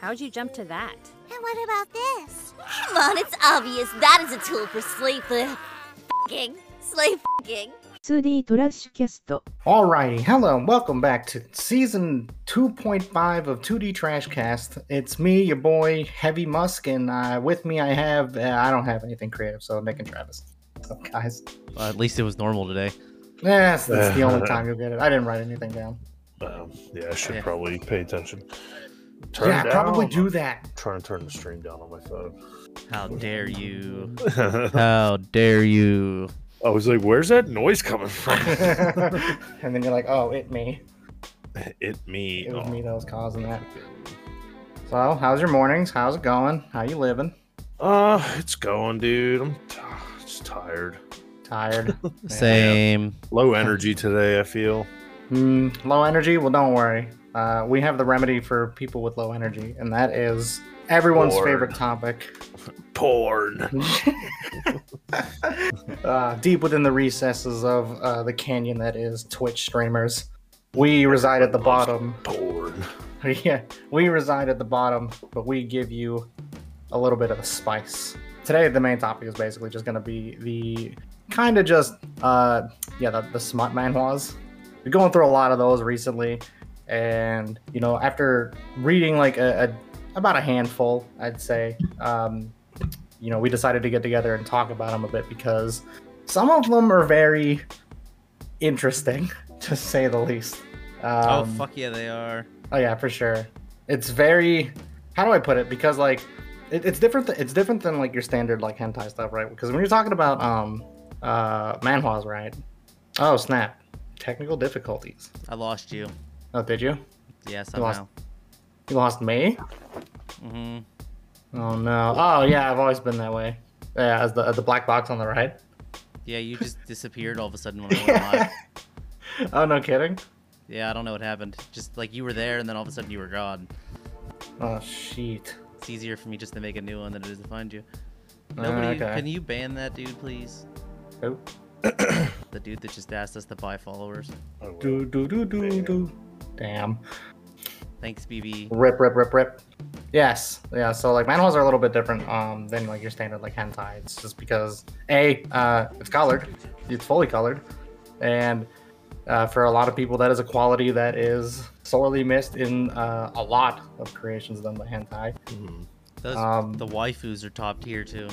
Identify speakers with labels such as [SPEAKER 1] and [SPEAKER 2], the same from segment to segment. [SPEAKER 1] How'd you jump to that?
[SPEAKER 2] And what about this?
[SPEAKER 3] Come on, it's obvious. That is a tool for sleep. Uh, fing Slave fing
[SPEAKER 4] 2D トラッシュキャスト
[SPEAKER 5] Alrighty, hello, and welcome back to season 2.5 of 2D Trashcast. It's me, your boy, Heavy Musk, and uh, with me I have, uh, I don't have anything creative, so Nick and Travis. What's up, guys?
[SPEAKER 6] Well, at least it was normal today.
[SPEAKER 5] Yes, that's the only time you'll get it. I didn't write anything down.
[SPEAKER 7] Um, yeah, I should
[SPEAKER 6] Yeah.
[SPEAKER 7] probably pay attention. Turn
[SPEAKER 5] yeah,
[SPEAKER 7] down.
[SPEAKER 5] probably do that.
[SPEAKER 7] I'm trying to turn the stream down on my phone.
[SPEAKER 6] How dare you? How dare you?
[SPEAKER 7] I was like, "Where's that noise coming from?"
[SPEAKER 5] and then you're like, oh, it me.
[SPEAKER 7] it me.
[SPEAKER 5] It was
[SPEAKER 7] Oh.
[SPEAKER 5] me that was causing that. So, how's your mornings? How's it going? How you living?
[SPEAKER 7] Uh, it's going, dude. I'm t- just tired.
[SPEAKER 5] Tired?
[SPEAKER 6] Same.
[SPEAKER 7] Low energy today. I feel.
[SPEAKER 5] Hmm, low energy? Well, don't worry. Uh, we have the remedy for people with low energy, and that is everyone's
[SPEAKER 7] Bored.
[SPEAKER 5] favorite topic.
[SPEAKER 7] Porn.
[SPEAKER 5] uh, deep within the recesses of uh, the canyon that is Twitch streamers. We reside at the bottom.
[SPEAKER 7] Porn.
[SPEAKER 5] yeah, we reside at the bottom, but we give you a little bit of the spice. Today, the main topic is basically just going to be the kind of just, uh, yeah, the, the smut manhwas. We're going through a lot of those recently, and you know, after reading like a, a about a handful, I'd say, um, you know, we decided to get together and talk about them a bit because some of them are very interesting, to say the least.
[SPEAKER 6] oh
[SPEAKER 5] Um,
[SPEAKER 6] fuck yeah, they are.
[SPEAKER 5] Oh yeah, for sure. It's very how do I put it? Because like it, it's different. Th- it's different than like your standard like hentai stuff, right? Because when you're talking about um uh manhwas, right? Oh snap! Technical difficulties.
[SPEAKER 6] I lost you.
[SPEAKER 5] Oh, did you?
[SPEAKER 6] Yeah,
[SPEAKER 5] lost-
[SPEAKER 6] somehow.
[SPEAKER 5] You lost me?
[SPEAKER 6] hmm
[SPEAKER 5] Oh no! Oh yeah, I've always been that way. Yeah, as the as the black box on the right.
[SPEAKER 6] Yeah, you just disappeared all of a sudden when I went live.
[SPEAKER 5] oh no, kidding.
[SPEAKER 6] Yeah, I don't know what happened. Just like you were there, and then all of a sudden you were gone.
[SPEAKER 5] Oh shit.
[SPEAKER 6] It's easier for me just to make a new one than it is to find you.
[SPEAKER 5] Uh,
[SPEAKER 6] Nobody,
[SPEAKER 5] okay.
[SPEAKER 6] can e- you ban that dude, please?
[SPEAKER 5] Oh.
[SPEAKER 6] The dude that just asked us to buy followers.
[SPEAKER 7] I will.
[SPEAKER 5] Do do do do do. Damn.
[SPEAKER 6] Thanks, BB.
[SPEAKER 5] Rip, rip, rip, rip. Yes, yeah. So like manhwas are a little bit different um, than like your standard like hentai. It's just because a uh, it's colored, it's fully colored, and uh, for a lot of people that is a quality that is sorely missed in uh, a lot of creations than the hentai.
[SPEAKER 7] Mhm.
[SPEAKER 6] Those
[SPEAKER 5] Um,
[SPEAKER 6] the waifus are top tier too.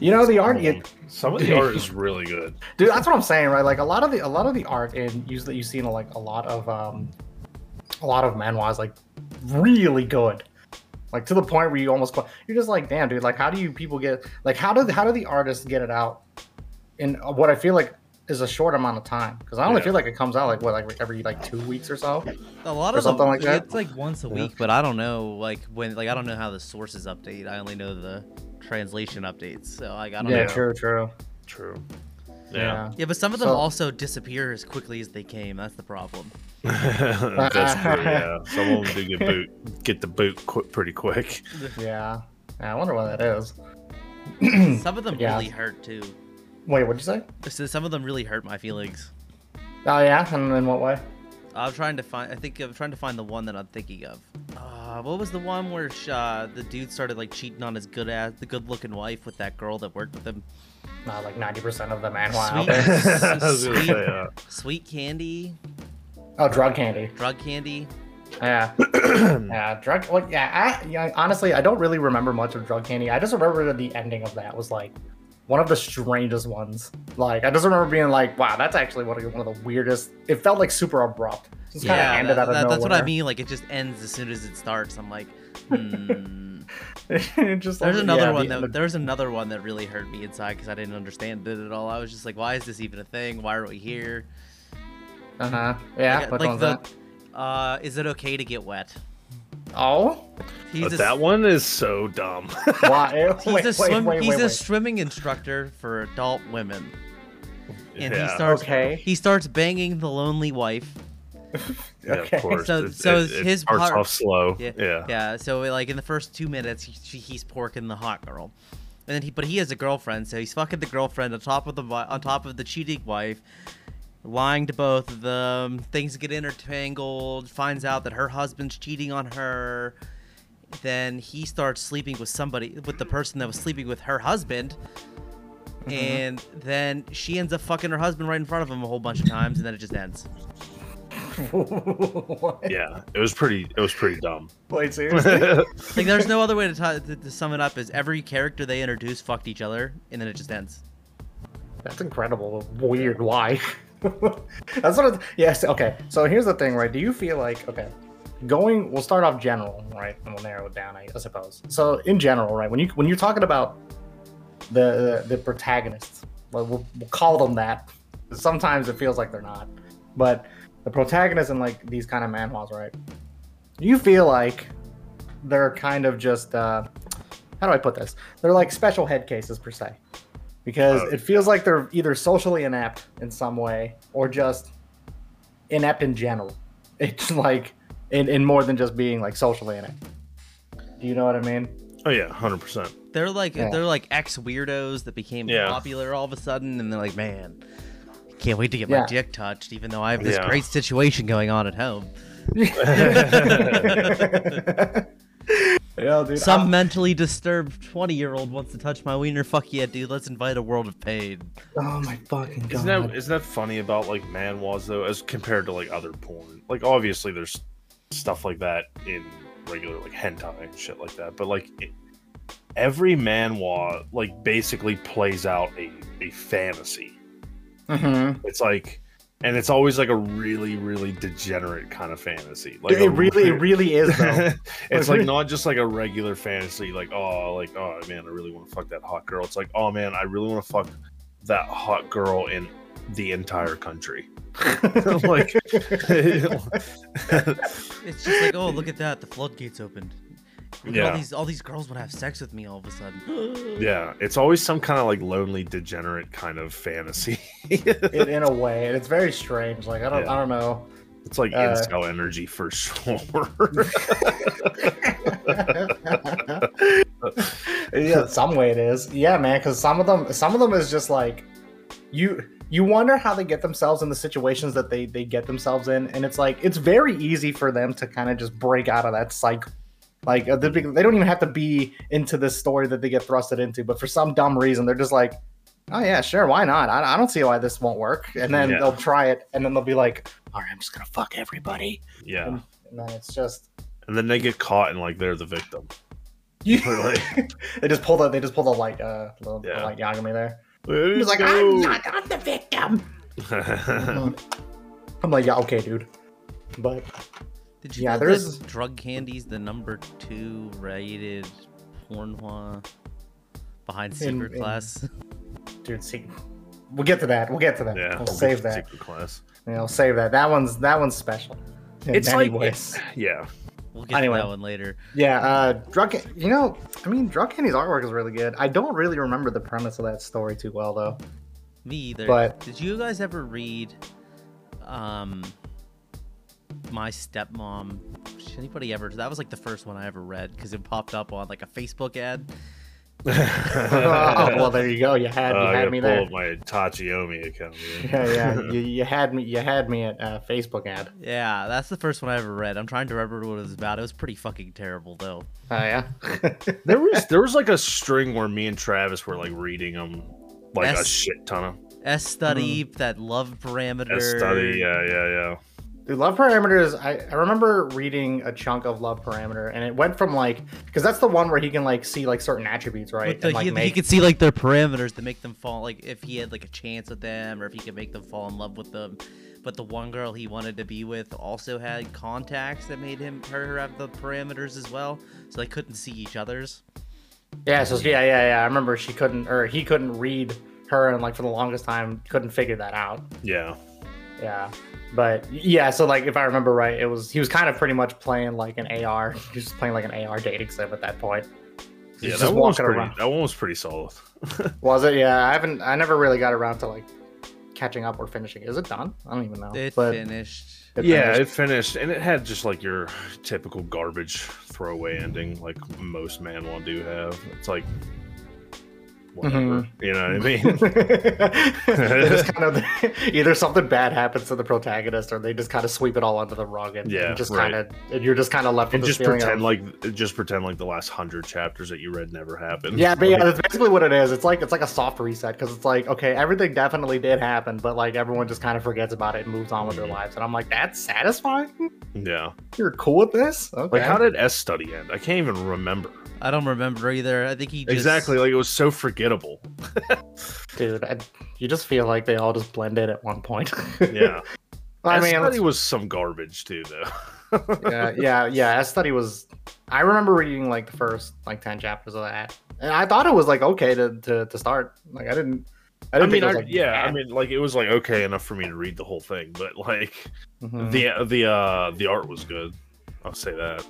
[SPEAKER 5] You know the art,
[SPEAKER 7] Mhm. Some of the art is really good.
[SPEAKER 5] dude. That's what I'm saying, right? Like a lot of the a lot of the art in use that you see in like a lot of um, a lot of manhwas like really good. like to the point where you almost que- you're just like damn dude like how do you people get like how do how do the artists get it out in what i feel like is a short amount of time because i only
[SPEAKER 7] Yeah.
[SPEAKER 5] feel like it comes out like what like every like two weeks or so
[SPEAKER 6] A lot
[SPEAKER 5] Or
[SPEAKER 6] of them,
[SPEAKER 5] something like that?
[SPEAKER 6] It's like once a
[SPEAKER 7] Yeah.
[SPEAKER 6] week, but I don't know like when like I don't know how the sources update. I only know the translation updates. So like I don't
[SPEAKER 5] yeah
[SPEAKER 6] know.
[SPEAKER 5] true true
[SPEAKER 7] True. Yeah.
[SPEAKER 5] yeah,
[SPEAKER 6] Yeah, but some of them
[SPEAKER 5] So-
[SPEAKER 6] also disappear as quickly as they came. That's the problem.
[SPEAKER 7] That's true. Yeah. Some of them do get boot, get the boot qu- pretty quick.
[SPEAKER 5] yeah yeah i wonder why that is
[SPEAKER 6] Some of them
[SPEAKER 5] Yeah.
[SPEAKER 6] really hurt too.
[SPEAKER 5] wait what'd you say
[SPEAKER 6] So some of them really hurt my feelings.
[SPEAKER 5] oh yeah and in what way
[SPEAKER 6] I'm trying to find. I think I'm trying to find the one that I'm thinking of. Uh, what was the one where sh- uh, the dude started like cheating on his good ass, the good-looking wife with that girl that worked with him?
[SPEAKER 5] not like 90% of the manhwa out
[SPEAKER 6] Sweet.
[SPEAKER 5] there
[SPEAKER 7] I was gonna say, uh,
[SPEAKER 6] Sweet candy,
[SPEAKER 5] oh drug candy
[SPEAKER 6] drug candy.
[SPEAKER 5] yeah yeah drug like yeah, I, yeah honestly i don't really remember much of drug candy i just remember that the ending of that was like one of the strangest ones like i just remember being like wow that's actually one of, one of the weirdest it felt like super abrupt just kind of ended
[SPEAKER 6] that-
[SPEAKER 5] out of
[SPEAKER 6] that- that's what I
[SPEAKER 5] nowhere.
[SPEAKER 6] mean. Like it just ends as soon as it starts. I'm like, hmm.
[SPEAKER 5] just
[SPEAKER 6] there's
[SPEAKER 5] like,
[SPEAKER 6] another
[SPEAKER 5] yeah,
[SPEAKER 6] one
[SPEAKER 5] the-
[SPEAKER 6] that
[SPEAKER 5] the-
[SPEAKER 6] there's another one that really hurt me inside because I didn't understand it at all. I was just like, why is this even a thing? Why are we here?
[SPEAKER 5] uh-huh yeah
[SPEAKER 6] Like-
[SPEAKER 5] what
[SPEAKER 6] like
[SPEAKER 5] one's
[SPEAKER 6] the-
[SPEAKER 5] that?
[SPEAKER 6] Uh, is it okay to get wet?
[SPEAKER 5] oh
[SPEAKER 6] He's
[SPEAKER 7] but
[SPEAKER 6] a,
[SPEAKER 7] Uh, that one is so dumb.
[SPEAKER 5] why
[SPEAKER 6] He's
[SPEAKER 5] wait,
[SPEAKER 6] a
[SPEAKER 5] wait,
[SPEAKER 6] swim.
[SPEAKER 5] wait,
[SPEAKER 6] he's
[SPEAKER 5] wait,
[SPEAKER 6] a
[SPEAKER 5] wait.
[SPEAKER 6] swimming instructor for adult women, and he
[SPEAKER 7] Yeah.
[SPEAKER 6] starts.
[SPEAKER 5] Okay.
[SPEAKER 6] He starts banging the lonely wife.
[SPEAKER 7] Yeah,
[SPEAKER 5] Okay.
[SPEAKER 7] of course.
[SPEAKER 6] So-
[SPEAKER 7] It-
[SPEAKER 6] so
[SPEAKER 7] it, it
[SPEAKER 6] his
[SPEAKER 7] starts
[SPEAKER 6] part-
[SPEAKER 7] off slow.
[SPEAKER 6] Yeah,
[SPEAKER 7] Yeah.
[SPEAKER 6] yeah. So like in the first two minutes, he, she, he's porking the hot girl, and then he but he has a girlfriend, so he's fucking the girlfriend on top of the wi- on top of the cheating wife, lying to both of them. Things get intertangled. Finds out that her husband's cheating on her, then he starts sleeping with somebody with the person that was sleeping with her husband and then she ends up fucking her husband right in front of him a whole bunch of times and then it just ends
[SPEAKER 5] what?
[SPEAKER 7] Yeah, it was pretty. It was pretty dumb. Oh,
[SPEAKER 5] Wait, seriously?
[SPEAKER 6] like there's no other way to, t- to, to sum it up is every character they introduced fucked each other and then it just ends
[SPEAKER 5] That's incredible. Weird. Why? That's what. It, yes. Okay. So here's the thing, right? Do you feel like okay? Going. We'll start off general, right? And we'll narrow it down, I, I suppose. So in general, right? When you when you're talking about the the, the protagonists, well, we'll, we'll call them that. Sometimes it feels like they're not, but the protagonists in like these kind of manhwas, right? Do you feel like they're kind of just uh, how do I put this? They're like special head cases per se because
[SPEAKER 7] Oh,
[SPEAKER 5] it feels like they're either socially inept in some way or just inept in general. It's like in, in more than just being like socially inept. Do you know what I mean?
[SPEAKER 7] Oh yeah, hundred percent.
[SPEAKER 6] they're like
[SPEAKER 5] Yeah.
[SPEAKER 6] they're like ex weirdos that became
[SPEAKER 7] Yeah.
[SPEAKER 6] popular all of a sudden and they're like man can't wait to get
[SPEAKER 5] Yeah.
[SPEAKER 6] my dick touched even though i have this
[SPEAKER 7] Yeah.
[SPEAKER 6] great situation going on at home
[SPEAKER 5] Yeah, dude.
[SPEAKER 6] Some
[SPEAKER 5] I'm-
[SPEAKER 6] mentally disturbed 20 year old wants to touch my wiener. Fuck yeah, dude. Let's invite a world of pain.
[SPEAKER 5] oh my fucking god.
[SPEAKER 7] Isn't that isn't that funny about like manwas though, as compared to like other porn? Like obviously there's stuff like that in regular like hentai and shit like that, but like it, every manwa like basically plays out a a fantasy.
[SPEAKER 5] Mhm.
[SPEAKER 7] It's like, and it's always like a really really degenerate kind of fantasy. Like
[SPEAKER 5] Dude, it
[SPEAKER 7] a
[SPEAKER 5] really, it really is though.
[SPEAKER 7] it's like not just like a regular fantasy, like oh, like oh man, I really want to fuck that hot girl. It's like oh man, I really want to fuck that hot girl in the entire country. like,
[SPEAKER 6] It's just like, oh, look at that. The floodgates opened. Look at
[SPEAKER 7] Yeah.
[SPEAKER 6] All these, all these girls want to have sex with me all of a sudden.
[SPEAKER 7] yeah, it's always some kind of like lonely, degenerate kind of fantasy. it's
[SPEAKER 5] It- in a way, and it's very strange. Like I don't,
[SPEAKER 7] Yeah.
[SPEAKER 5] I don't know.
[SPEAKER 7] like
[SPEAKER 5] Uh,
[SPEAKER 7] incel energy for sure.
[SPEAKER 5] yeah, some way it is. Yeah, man, because some of them, some of them is just like you. You wonder how they get themselves in the situations that they they get themselves in, and it's like it's very easy for them to kind of just break out of that cycle. Like uh, they they don't even have to be into this story that they get thrusted into, but for some dumb reason, they're just like, "Oh yeah, sure, why not? I, I don't see why this won't work." And then
[SPEAKER 7] Yeah.
[SPEAKER 5] they'll try it, and then they'll be like, "All right, I'm just gonna fuck everybody,"
[SPEAKER 7] yeah,
[SPEAKER 5] and then it's just
[SPEAKER 7] and then they get caught and like they're the victim. Really?
[SPEAKER 5] they just pulled the they just pulled a light uh the, the
[SPEAKER 7] Yeah.
[SPEAKER 5] light Yagami there.
[SPEAKER 7] He
[SPEAKER 5] He's like, I'm not I'm the victim. Uh-huh. I'm like, yeah, okay, dude. But
[SPEAKER 6] Did you
[SPEAKER 5] Yeah,
[SPEAKER 6] know
[SPEAKER 5] there
[SPEAKER 6] that
[SPEAKER 5] is-
[SPEAKER 6] Drug Candy's the number two rated pornhua behind Secret
[SPEAKER 5] in-
[SPEAKER 6] Class?
[SPEAKER 5] dude, see we'll get to that. We'll get to that.
[SPEAKER 7] yeah,
[SPEAKER 5] We'll save that.
[SPEAKER 7] Secret class.
[SPEAKER 5] Yeah, we'll save that. That one's that one's special. In
[SPEAKER 7] It's
[SPEAKER 5] many
[SPEAKER 7] like-
[SPEAKER 5] ways.
[SPEAKER 7] Yeah,
[SPEAKER 6] We'll get
[SPEAKER 5] Anyway.
[SPEAKER 6] to that one later.
[SPEAKER 5] Yeah, uh drug Ca- you know, I mean drug candy's artwork is really good. I don't really remember the premise of that story too well though.
[SPEAKER 6] Me either.
[SPEAKER 5] But-
[SPEAKER 6] did you guys ever read um My Stepmom? Did anybody ever that was like the first one I ever read because it popped up on like a Facebook ad.
[SPEAKER 5] oh, well there you go. You had
[SPEAKER 7] Uh,
[SPEAKER 5] you
[SPEAKER 7] I gotta
[SPEAKER 5] had me
[SPEAKER 7] pull
[SPEAKER 5] there.
[SPEAKER 7] up my Tachiomi account. here.
[SPEAKER 5] Yeah, yeah. you, you had me you had me at uh, Facebook ad.
[SPEAKER 6] Yeah, that's the first one I ever read. I'm trying to remember what it was about. It was pretty fucking terrible though.
[SPEAKER 5] Oh yeah.
[SPEAKER 7] there was there was like a string where me and Travis were like reading them like a
[SPEAKER 6] That's-
[SPEAKER 7] shit ton of
[SPEAKER 6] S study
[SPEAKER 5] Hmm.
[SPEAKER 6] that love parameter.
[SPEAKER 7] that study. Yeah, yeah, yeah.
[SPEAKER 5] Dude, Love Parameters, I, I remember reading a chunk of Love Parameter, and it went from like, because that's the one where he can like see like certain attributes, right?
[SPEAKER 6] But the-
[SPEAKER 5] and like
[SPEAKER 6] he, he
[SPEAKER 5] make.
[SPEAKER 6] could see like their parameters to make them fall like if he had like a chance with them or if he could make them fall in love with them but the one girl he wanted to be with also had contacts that made him her have the parameters as well so they couldn't see each other's
[SPEAKER 5] yeah, so yeah, yeah, yeah. I remember she couldn't, or he couldn't read her, and like for the longest time, couldn't figure that out.
[SPEAKER 7] Yeah.
[SPEAKER 5] Yeah. But yeah, so like if I remember right, it was, he was kind of pretty much playing like an AR. He was just playing like an AR dating sim at that point. He's
[SPEAKER 7] Yeah,
[SPEAKER 5] just
[SPEAKER 7] that one, was
[SPEAKER 5] walking
[SPEAKER 7] pretty,
[SPEAKER 5] around.
[SPEAKER 7] that one was pretty solid.
[SPEAKER 5] Was it? Yeah, I haven't, I never really got around to like catching up or finishing. Is it done? I don't
[SPEAKER 7] Oh,
[SPEAKER 5] even know.
[SPEAKER 6] it
[SPEAKER 5] but
[SPEAKER 6] finished
[SPEAKER 5] it
[SPEAKER 7] yeah,
[SPEAKER 5] finished.
[SPEAKER 7] it finished, and it had just like your typical garbage throwaway ending, like most man will do have. It's like whatever.
[SPEAKER 5] Mm-hmm.
[SPEAKER 7] You know what I mean?
[SPEAKER 5] They just kind of either something bad happens to the protagonist, or they just kind of sweep it all under the rug, and
[SPEAKER 7] Yeah,
[SPEAKER 5] and just
[SPEAKER 7] right.
[SPEAKER 5] kind of and you're just kind of left
[SPEAKER 7] and
[SPEAKER 5] with this
[SPEAKER 7] just
[SPEAKER 5] feeling
[SPEAKER 7] pretend
[SPEAKER 5] of-
[SPEAKER 7] like just pretend like the last hundred chapters that you read never happened.
[SPEAKER 5] Yeah, but yeah,
[SPEAKER 7] Like,
[SPEAKER 5] that's basically what it is. It's like it's like a soft reset because it's like okay, everything definitely did happen, but like everyone just kind of forgets about it and moves on with
[SPEAKER 7] Mm.
[SPEAKER 5] their lives. And I'm like, that's satisfying.
[SPEAKER 7] yeah.
[SPEAKER 5] You're cool with this? Okay.
[SPEAKER 7] Like, how did S study end? I can't even remember
[SPEAKER 6] I don't remember either. I think he just
[SPEAKER 7] exactly. Like, it was so forgettable.
[SPEAKER 5] dude? I, you just feel like they all just blended at one point.
[SPEAKER 7] Yeah,
[SPEAKER 5] I
[SPEAKER 7] S
[SPEAKER 5] mean,
[SPEAKER 7] study was some garbage too, though.
[SPEAKER 5] yeah, yeah, yeah. S study was. I remember reading like the first like ten chapters of that, and I thought it was like okay to to, to start. Like I didn't. I
[SPEAKER 7] I
[SPEAKER 5] didn't
[SPEAKER 7] mean,
[SPEAKER 5] think it
[SPEAKER 7] I,
[SPEAKER 5] was, like,
[SPEAKER 7] yeah, I
[SPEAKER 5] bad.
[SPEAKER 7] mean, like it was like okay enough for me to read the whole thing, but like
[SPEAKER 5] Mhm.
[SPEAKER 7] the the uh the art was good. I'll say that.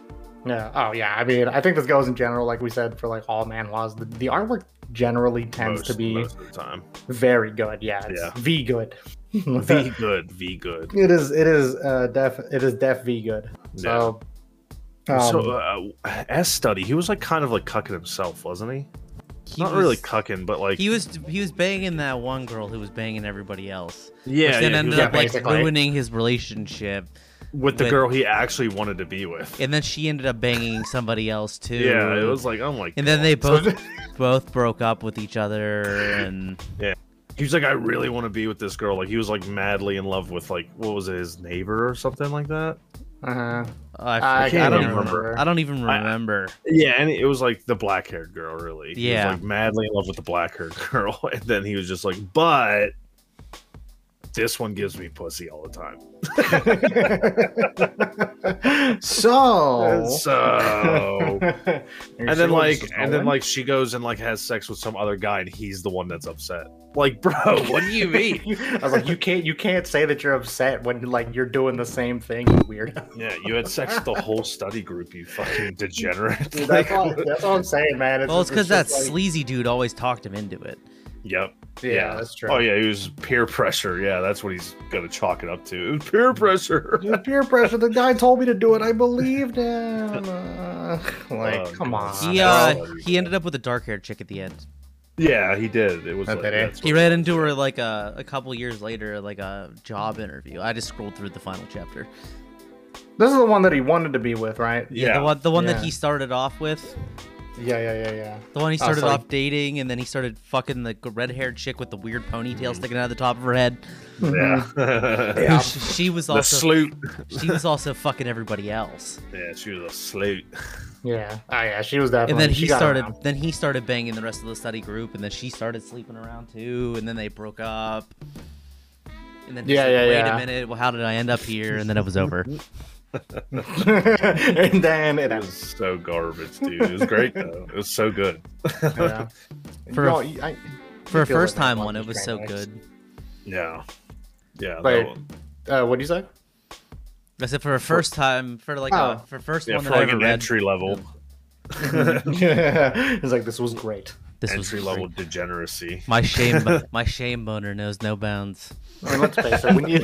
[SPEAKER 5] Yeah. Oh, yeah. I mean, I think this goes in general, like we said, for like all manhwas. The, the artwork generally tends
[SPEAKER 7] most,
[SPEAKER 5] to be
[SPEAKER 7] most of the time.
[SPEAKER 5] very good. Yeah. It's
[SPEAKER 7] Yeah.
[SPEAKER 5] V good.
[SPEAKER 7] V good, V good.
[SPEAKER 5] It is. It is. Uh, def. It is def V good.
[SPEAKER 7] Yeah.
[SPEAKER 5] So.
[SPEAKER 7] so
[SPEAKER 5] um,
[SPEAKER 7] uh, S study, he was like kind of like cucking himself, wasn't he?
[SPEAKER 6] he
[SPEAKER 7] Not
[SPEAKER 6] was,
[SPEAKER 7] really cucking, but like
[SPEAKER 6] He was he was banging that one girl who was banging everybody else.
[SPEAKER 7] yeah,
[SPEAKER 6] which then
[SPEAKER 7] yeah, he
[SPEAKER 6] ended
[SPEAKER 7] was
[SPEAKER 6] up
[SPEAKER 7] like,
[SPEAKER 6] like
[SPEAKER 5] basically.
[SPEAKER 6] ruining his relationship,
[SPEAKER 7] with the
[SPEAKER 6] with-
[SPEAKER 7] girl he actually wanted to be with.
[SPEAKER 6] and then she ended up banging somebody else too.
[SPEAKER 7] Yeah, it was like I'm like,
[SPEAKER 6] And then they
[SPEAKER 5] so-
[SPEAKER 6] both both broke up with each other, and
[SPEAKER 7] he was like, I really want to be with this girl. Like he was like madly in love with like what was it, his neighbor or something like that. uh,
[SPEAKER 5] uh-huh.
[SPEAKER 6] I,
[SPEAKER 5] I
[SPEAKER 6] forget- I
[SPEAKER 5] can't
[SPEAKER 6] don't
[SPEAKER 5] even
[SPEAKER 6] even remember.
[SPEAKER 5] remember.
[SPEAKER 6] I don't even
[SPEAKER 7] I-
[SPEAKER 6] remember.
[SPEAKER 7] Yeah, and it was like the black haired girl, really. He was,
[SPEAKER 6] Yeah.
[SPEAKER 7] like madly in love with the black haired girl. And then he was just like, but this one gives me pussy all the time.
[SPEAKER 5] so.
[SPEAKER 7] So. and then like and then
[SPEAKER 5] like.
[SPEAKER 7] like she goes and like has sex with some other guy and he's the one that's upset like bro what do you mean
[SPEAKER 5] I was like, you can't, you can't say that you're upset when like you're doing the same thing, you weirdo.
[SPEAKER 7] yeah you had sex with the whole study group you fucking degenerate
[SPEAKER 5] Dude,
[SPEAKER 7] like,
[SPEAKER 5] that's, all, that's all I'm saying, man.
[SPEAKER 6] Well, it's because that
[SPEAKER 5] just like-
[SPEAKER 6] sleazy dude always talked him into it.
[SPEAKER 7] yep
[SPEAKER 5] Yeah,
[SPEAKER 7] yeah.
[SPEAKER 5] that's true.
[SPEAKER 7] oh yeah it was peer pressure yeah that's what he's gonna chalk it up to it was peer pressure
[SPEAKER 5] Dude, peer pressure. The guy told me to do it. I believed him. Uh, like,
[SPEAKER 7] Oh,
[SPEAKER 5] come
[SPEAKER 7] God.
[SPEAKER 5] on.
[SPEAKER 6] He
[SPEAKER 7] that's
[SPEAKER 6] uh,
[SPEAKER 7] all you
[SPEAKER 6] he ended up with a dark haired chick at the end.
[SPEAKER 7] yeah he did it was
[SPEAKER 5] Oh,
[SPEAKER 7] like,
[SPEAKER 5] did he?
[SPEAKER 7] that's
[SPEAKER 6] He
[SPEAKER 7] what-
[SPEAKER 6] ran into her like a a couple years later, like a job interview. I just scrolled through the final chapter.
[SPEAKER 5] This is the one that he wanted to be with, right?
[SPEAKER 6] Yeah,
[SPEAKER 7] Yeah.
[SPEAKER 6] the one the one
[SPEAKER 5] Yeah.
[SPEAKER 6] that he started off with,
[SPEAKER 5] Yeah, yeah, yeah, yeah.
[SPEAKER 6] the one he
[SPEAKER 5] Oh,
[SPEAKER 6] started
[SPEAKER 5] sorry.
[SPEAKER 6] off dating, and then he started fucking the red haired chick with the weird
[SPEAKER 5] Mm.
[SPEAKER 6] ponytail sticking out of the top of her head.
[SPEAKER 7] yeah
[SPEAKER 6] who sh- she was
[SPEAKER 7] the
[SPEAKER 6] also
[SPEAKER 7] sloot
[SPEAKER 6] she was also fucking everybody else.
[SPEAKER 7] yeah she was a sloot
[SPEAKER 5] Yeah. Oh, yeah. She was definitely.
[SPEAKER 6] and then
[SPEAKER 5] she
[SPEAKER 6] he
[SPEAKER 5] got
[SPEAKER 6] started
[SPEAKER 5] around.
[SPEAKER 6] then he started banging the rest of the study group and then she started sleeping around too and then they broke up and then he's
[SPEAKER 5] Yeah,
[SPEAKER 6] like,
[SPEAKER 5] yeah,
[SPEAKER 6] wait
[SPEAKER 5] yeah.
[SPEAKER 6] a minute well how did i end up here and then it was over
[SPEAKER 5] and then it
[SPEAKER 7] it was so garbage dude it was great though it was so good
[SPEAKER 5] yeah.
[SPEAKER 6] For
[SPEAKER 5] No,
[SPEAKER 6] a-
[SPEAKER 5] I- I
[SPEAKER 6] for a
[SPEAKER 5] feel like
[SPEAKER 6] first time
[SPEAKER 5] that
[SPEAKER 6] one it was
[SPEAKER 5] train
[SPEAKER 6] so
[SPEAKER 5] wrecks.
[SPEAKER 6] good
[SPEAKER 7] Yeah. Yeah. that
[SPEAKER 5] Wait,
[SPEAKER 7] one-
[SPEAKER 5] Uh, what do you say?
[SPEAKER 6] i said for a first time for like
[SPEAKER 5] Oh.
[SPEAKER 6] a for first
[SPEAKER 7] yeah,
[SPEAKER 6] one
[SPEAKER 7] for
[SPEAKER 6] that i
[SPEAKER 7] like
[SPEAKER 6] ever
[SPEAKER 7] an
[SPEAKER 6] read
[SPEAKER 7] entry level
[SPEAKER 5] It's like this was great.
[SPEAKER 6] this was
[SPEAKER 7] entry level
[SPEAKER 6] great.
[SPEAKER 7] degeneracy.
[SPEAKER 6] my shame bo- my shame boner knows no bounds
[SPEAKER 5] I mean, let's face it. When you,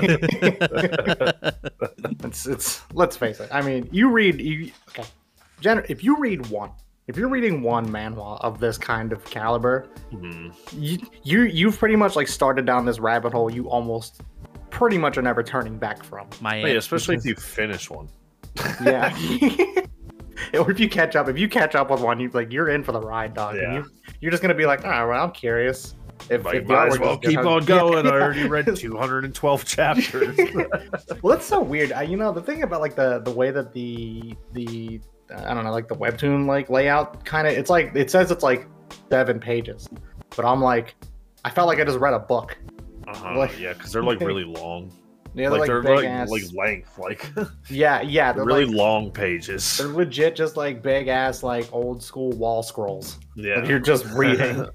[SPEAKER 5] it's it's let's face it. I mean, you read you okay. Gen- if you read one, if you're reading one manhwa of this kind of caliber,
[SPEAKER 7] Mhm.
[SPEAKER 5] you, you you've pretty much like started down this rabbit hole. You almost pretty much are never turning back from.
[SPEAKER 6] my
[SPEAKER 7] Oh, yeah, especially if you finish one.
[SPEAKER 5] Yeah. or if you catch up, if you catch up with one, you like you're in for the ride, dog. And
[SPEAKER 7] Yeah.
[SPEAKER 5] you, you're just gonna be like, ah, well, I'm curious. If,
[SPEAKER 7] Like,
[SPEAKER 5] if the
[SPEAKER 7] might as
[SPEAKER 5] artwork
[SPEAKER 7] well
[SPEAKER 5] is good,
[SPEAKER 7] keep
[SPEAKER 5] how-"
[SPEAKER 7] on going.
[SPEAKER 5] Yeah.
[SPEAKER 7] I already read 212 chapters.
[SPEAKER 5] well that's so weird I, you know the thing about like the the way that the the i don't know like the webtoon like layout kind of it's like it says it's like seven pages but i'm like i felt like i just read a book
[SPEAKER 7] uh-huh,
[SPEAKER 5] Like-
[SPEAKER 7] yeah, because they're like really long.
[SPEAKER 5] yeah
[SPEAKER 7] like,
[SPEAKER 5] they're
[SPEAKER 7] they're
[SPEAKER 5] like, big
[SPEAKER 7] like,
[SPEAKER 5] ass
[SPEAKER 7] like length, like
[SPEAKER 5] yeah yeah they're
[SPEAKER 7] really
[SPEAKER 5] like,
[SPEAKER 7] long pages.
[SPEAKER 5] they're legit just like big ass like old school wall scrolls
[SPEAKER 7] Yeah.
[SPEAKER 5] that you're just reading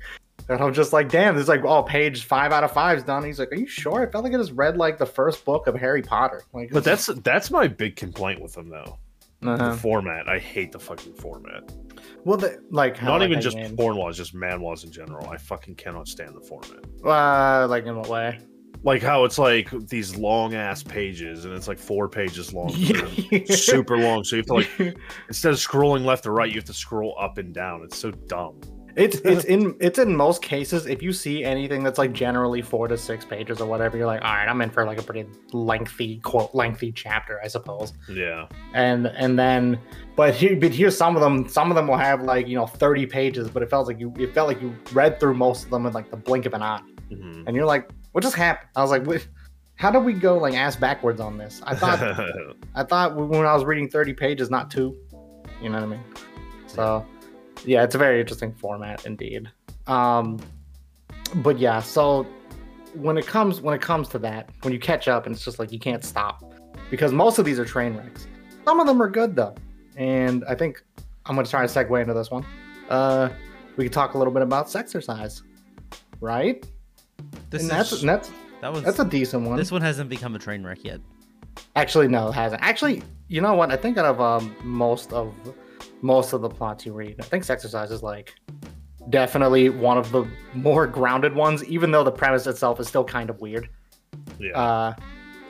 [SPEAKER 5] and i'm just like damn this is like oh page five out of five's done he's like are you sure i felt like i just read like the first book of harry potter like
[SPEAKER 7] But that's that's my big complaint with them though.
[SPEAKER 5] uh
[SPEAKER 7] The format. I hate the fucking format.
[SPEAKER 5] well the, like how,
[SPEAKER 7] Not
[SPEAKER 5] like,
[SPEAKER 7] even
[SPEAKER 5] I
[SPEAKER 7] just
[SPEAKER 5] mean-
[SPEAKER 7] porn laws, just man laws in general. I fucking cannot stand the format.
[SPEAKER 5] uh like in what way
[SPEAKER 7] like how it's like these long ass pages and it's like four pages long for-
[SPEAKER 5] Yeah.
[SPEAKER 7] super long so you have to like instead of scrolling left or right you have to scroll up and down it's so dumb
[SPEAKER 5] It's it's in it's in most cases. If you see anything that's like generally four to six pages or whatever, you're like, all right, I'm in for like a pretty lengthy quote lengthy chapter, I suppose.
[SPEAKER 7] Yeah.
[SPEAKER 5] And and then, but here but here's some of them. Some of them will have like you know 30 pages, but it felt like you it felt like you read through most of them in like the blink of an eye.
[SPEAKER 7] Mhm.
[SPEAKER 5] And you're like, what just happened? I was like, what? How did we go like ass backwards on this? I thought I thought when I was reading 30 pages, not two. You know what I mean? So, yeah, it's a very interesting format indeed. Um, but yeah, so when it comes when it comes to that, when you catch up and it's just like you can't stop because most of these are train wrecks. Some of them are good though, and I think I'm going to try to segue into this one. Uh, we could talk a little bit about sexercise, right?
[SPEAKER 6] This
[SPEAKER 5] and
[SPEAKER 6] is,
[SPEAKER 5] that's, and that's
[SPEAKER 6] that was
[SPEAKER 5] that's a decent one.
[SPEAKER 6] this one hasn't become a train wreck yet.
[SPEAKER 5] Actually, no, it hasn't. Actually, you know what? I think out of um, most of most of the plots you read, I think Sexercise is like definitely one of the more grounded ones, even though the premise itself is still kind of weird.
[SPEAKER 7] yeah.
[SPEAKER 5] Uh,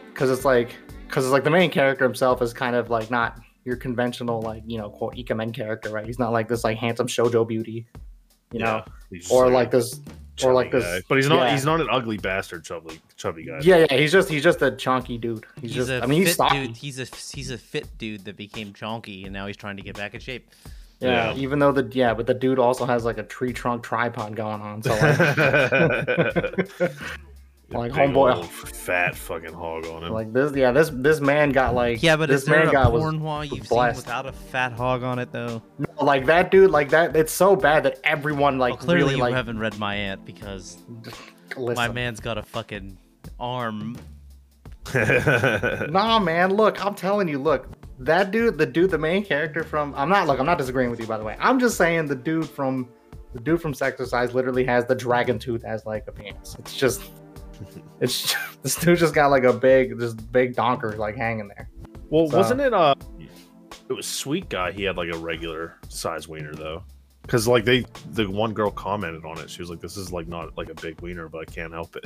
[SPEAKER 5] because it's like because it's like the main character himself is kind of like not your conventional like you know quote ikemen character, right? He's not like this like handsome shojo beauty, you know,
[SPEAKER 7] He's just
[SPEAKER 5] or like this or
[SPEAKER 7] chubby
[SPEAKER 5] like this.
[SPEAKER 7] guy. But he's not.
[SPEAKER 5] yeah.
[SPEAKER 7] He's not an ugly bastard chubby chubby guy.
[SPEAKER 5] Yeah, yeah, he's just he's just a chunky dude. He's,
[SPEAKER 6] He's
[SPEAKER 5] just
[SPEAKER 6] a
[SPEAKER 5] I mean he's
[SPEAKER 6] fit
[SPEAKER 5] stocky.
[SPEAKER 6] dude. He's a he's a fit dude that became chonky and now he's trying to get back in shape.
[SPEAKER 5] Yeah,
[SPEAKER 7] Yeah.
[SPEAKER 5] even though the yeah, but the dude also has like a tree trunk tripod going on. So like, like
[SPEAKER 7] Big
[SPEAKER 5] homeboy,
[SPEAKER 7] old fat fucking hog on him.
[SPEAKER 5] like this yeah, this this man got like
[SPEAKER 6] Yeah, but
[SPEAKER 5] this
[SPEAKER 6] is there a
[SPEAKER 5] man got was
[SPEAKER 6] porn wall you've
[SPEAKER 5] blessed.
[SPEAKER 6] seen without a fat hog on it though?
[SPEAKER 5] like that dude like that. It's so bad that everyone like
[SPEAKER 6] Well, clearly
[SPEAKER 5] really
[SPEAKER 6] you
[SPEAKER 5] like
[SPEAKER 6] haven't read my aunt because my
[SPEAKER 5] listen.
[SPEAKER 6] man's got a fucking arm.
[SPEAKER 5] Nah, man, look, I'm telling you, look, that dude, the dude, the main character from I'm not look, I'm not disagreeing with you by the way. I'm just saying the dude from the dude from Sexercise literally has the dragon tooth as like a penis. It's just it's just, this dude just got like a big this big donker like hanging there.
[SPEAKER 7] well,
[SPEAKER 5] So-
[SPEAKER 7] wasn't it? Uh, it was sweet guy. He had like a regular size wiener though, because like they the one girl commented on it. She was like, "This is like not like a big wiener, but I can't help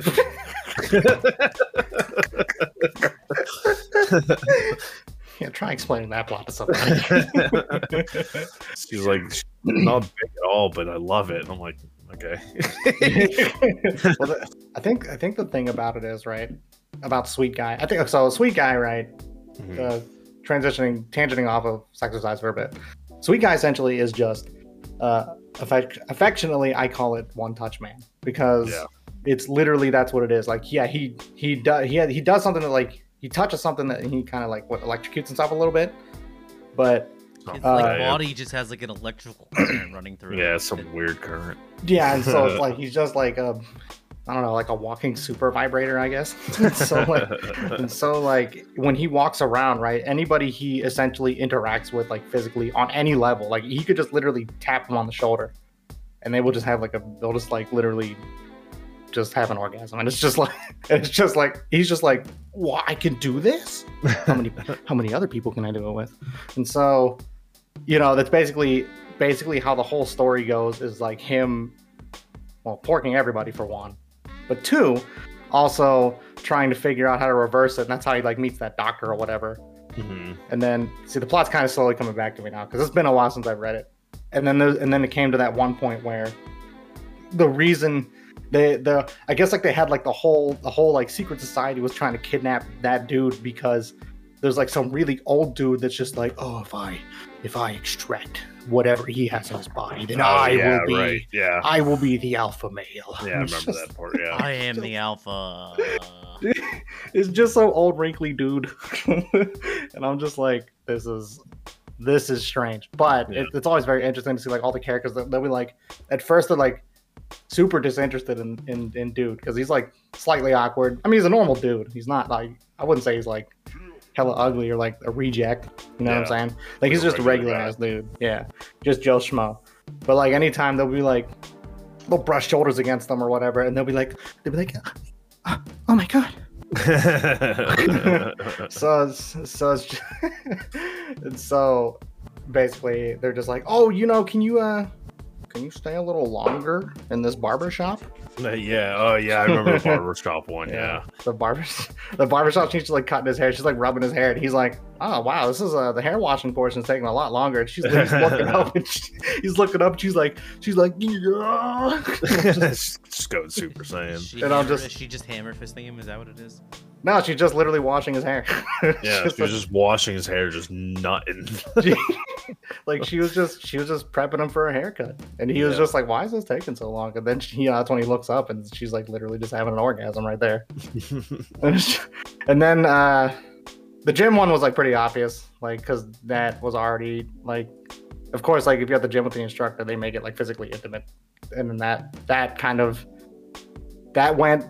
[SPEAKER 5] Yeah, try explaining that plot to somebody.
[SPEAKER 7] it." She's like, "Not big at all, but I love it." And I'm like, "Okay."
[SPEAKER 5] well, the, I think I think the thing about it is right about Sweet Guy. I think so. Sweet Guy, right?
[SPEAKER 7] Hmm.
[SPEAKER 5] Uh, transitioning, tangenting off of Sexercise for a bit. Sweet Guy essentially is just uh, affect, affectionately I call it One Touch Man because
[SPEAKER 7] Yeah.
[SPEAKER 5] it's literally that's what it is. Like, yeah, he he does he had, he does something that like he touches something that he kind of like what electrocutes himself a little bit, but
[SPEAKER 6] His
[SPEAKER 5] Uh,
[SPEAKER 6] like,
[SPEAKER 7] yeah.
[SPEAKER 6] body just has like an electrical current running through
[SPEAKER 7] yeah,
[SPEAKER 6] it.
[SPEAKER 7] some weird current.
[SPEAKER 5] Yeah, and so it's like he's just like a, I don't know, like a walking super vibrator, I guess. so like, and so like when he walks around, right? Anybody he essentially interacts with, like physically on any level, like he could just literally tap them on the shoulder, and they will just have like a, they'll just like literally, just have an orgasm, and it's just like, and it's just like he's just like, well, I can do this. How many, how many other people can I do it with? And so, you know, that's basically basically how the whole story goes is like him well porking everybody for one but two also trying to figure out how to reverse it and that's how he like meets that doctor or whatever
[SPEAKER 7] Mhm.
[SPEAKER 5] and then see the plot's kind of slowly coming back to me now because it's been a while since i've read it and then there's and then it came to that one point where the reason they the i guess like they had like the whole the whole like secret society was trying to kidnap that dude because there's like some really old dude that's just like oh if i if i extract whatever he has in his body then
[SPEAKER 7] Oh,
[SPEAKER 5] i
[SPEAKER 7] yeah,
[SPEAKER 5] will be
[SPEAKER 7] right. Yeah.
[SPEAKER 5] i will be the alpha male
[SPEAKER 7] Yeah, I
[SPEAKER 5] It's
[SPEAKER 7] remember
[SPEAKER 5] just-
[SPEAKER 7] that part. Yeah.
[SPEAKER 6] I am the alpha.
[SPEAKER 5] it's just some old wrinkly dude and i'm just like this is this is strange but
[SPEAKER 7] Yeah.
[SPEAKER 5] it, it's always very interesting to see like all the characters that, that we like at first they're like super disinterested in in, in dude because he's like slightly awkward i mean he's a normal dude he's not like i wouldn't say he's like hella ugly or like a reject you know what
[SPEAKER 7] Yeah.
[SPEAKER 5] i'm saying like he's
[SPEAKER 7] Like a
[SPEAKER 5] just a regular
[SPEAKER 7] regular guy.
[SPEAKER 5] ass dude yeah just joe schmo but like anytime they'll be like they'll brush shoulders against them or whatever and they'll be like they'll be like "Oh, oh my god so it's, so it's just, and so basically they're just like oh you know can you uh can you stay a little longer in this barber shop?
[SPEAKER 7] yeah. Oh yeah. I remember the barber shop one. Yeah.
[SPEAKER 5] The barber, the barbershop she's like cutting his hair. She's like rubbing his hair, and he's like, "Oh wow, this is uh, the hair washing portion is taking a lot longer." And she's he's looking up, and she, he's looking up. And she's like, she's like, yeah.
[SPEAKER 7] just, just going Super Saiyan.
[SPEAKER 6] She
[SPEAKER 5] And I'll
[SPEAKER 6] hammer-
[SPEAKER 5] just-
[SPEAKER 6] she just hammer fisting him. Is that what it is?
[SPEAKER 5] no, she's just literally washing his hair.
[SPEAKER 7] Yeah,
[SPEAKER 5] She's
[SPEAKER 7] she was just washing his hair, just nutting.
[SPEAKER 5] like she was just she was just prepping him for a haircut, and he was
[SPEAKER 7] Yeah.
[SPEAKER 5] just like, "Why is this taking so long?" And then she, you know, that's when he looks up, and she's like, literally just having an orgasm right there. and then uh, the gym one was like pretty obvious, like because that was already like, of course, like if you're at the gym with the instructor, they make it like physically intimate, and then that that kind of that went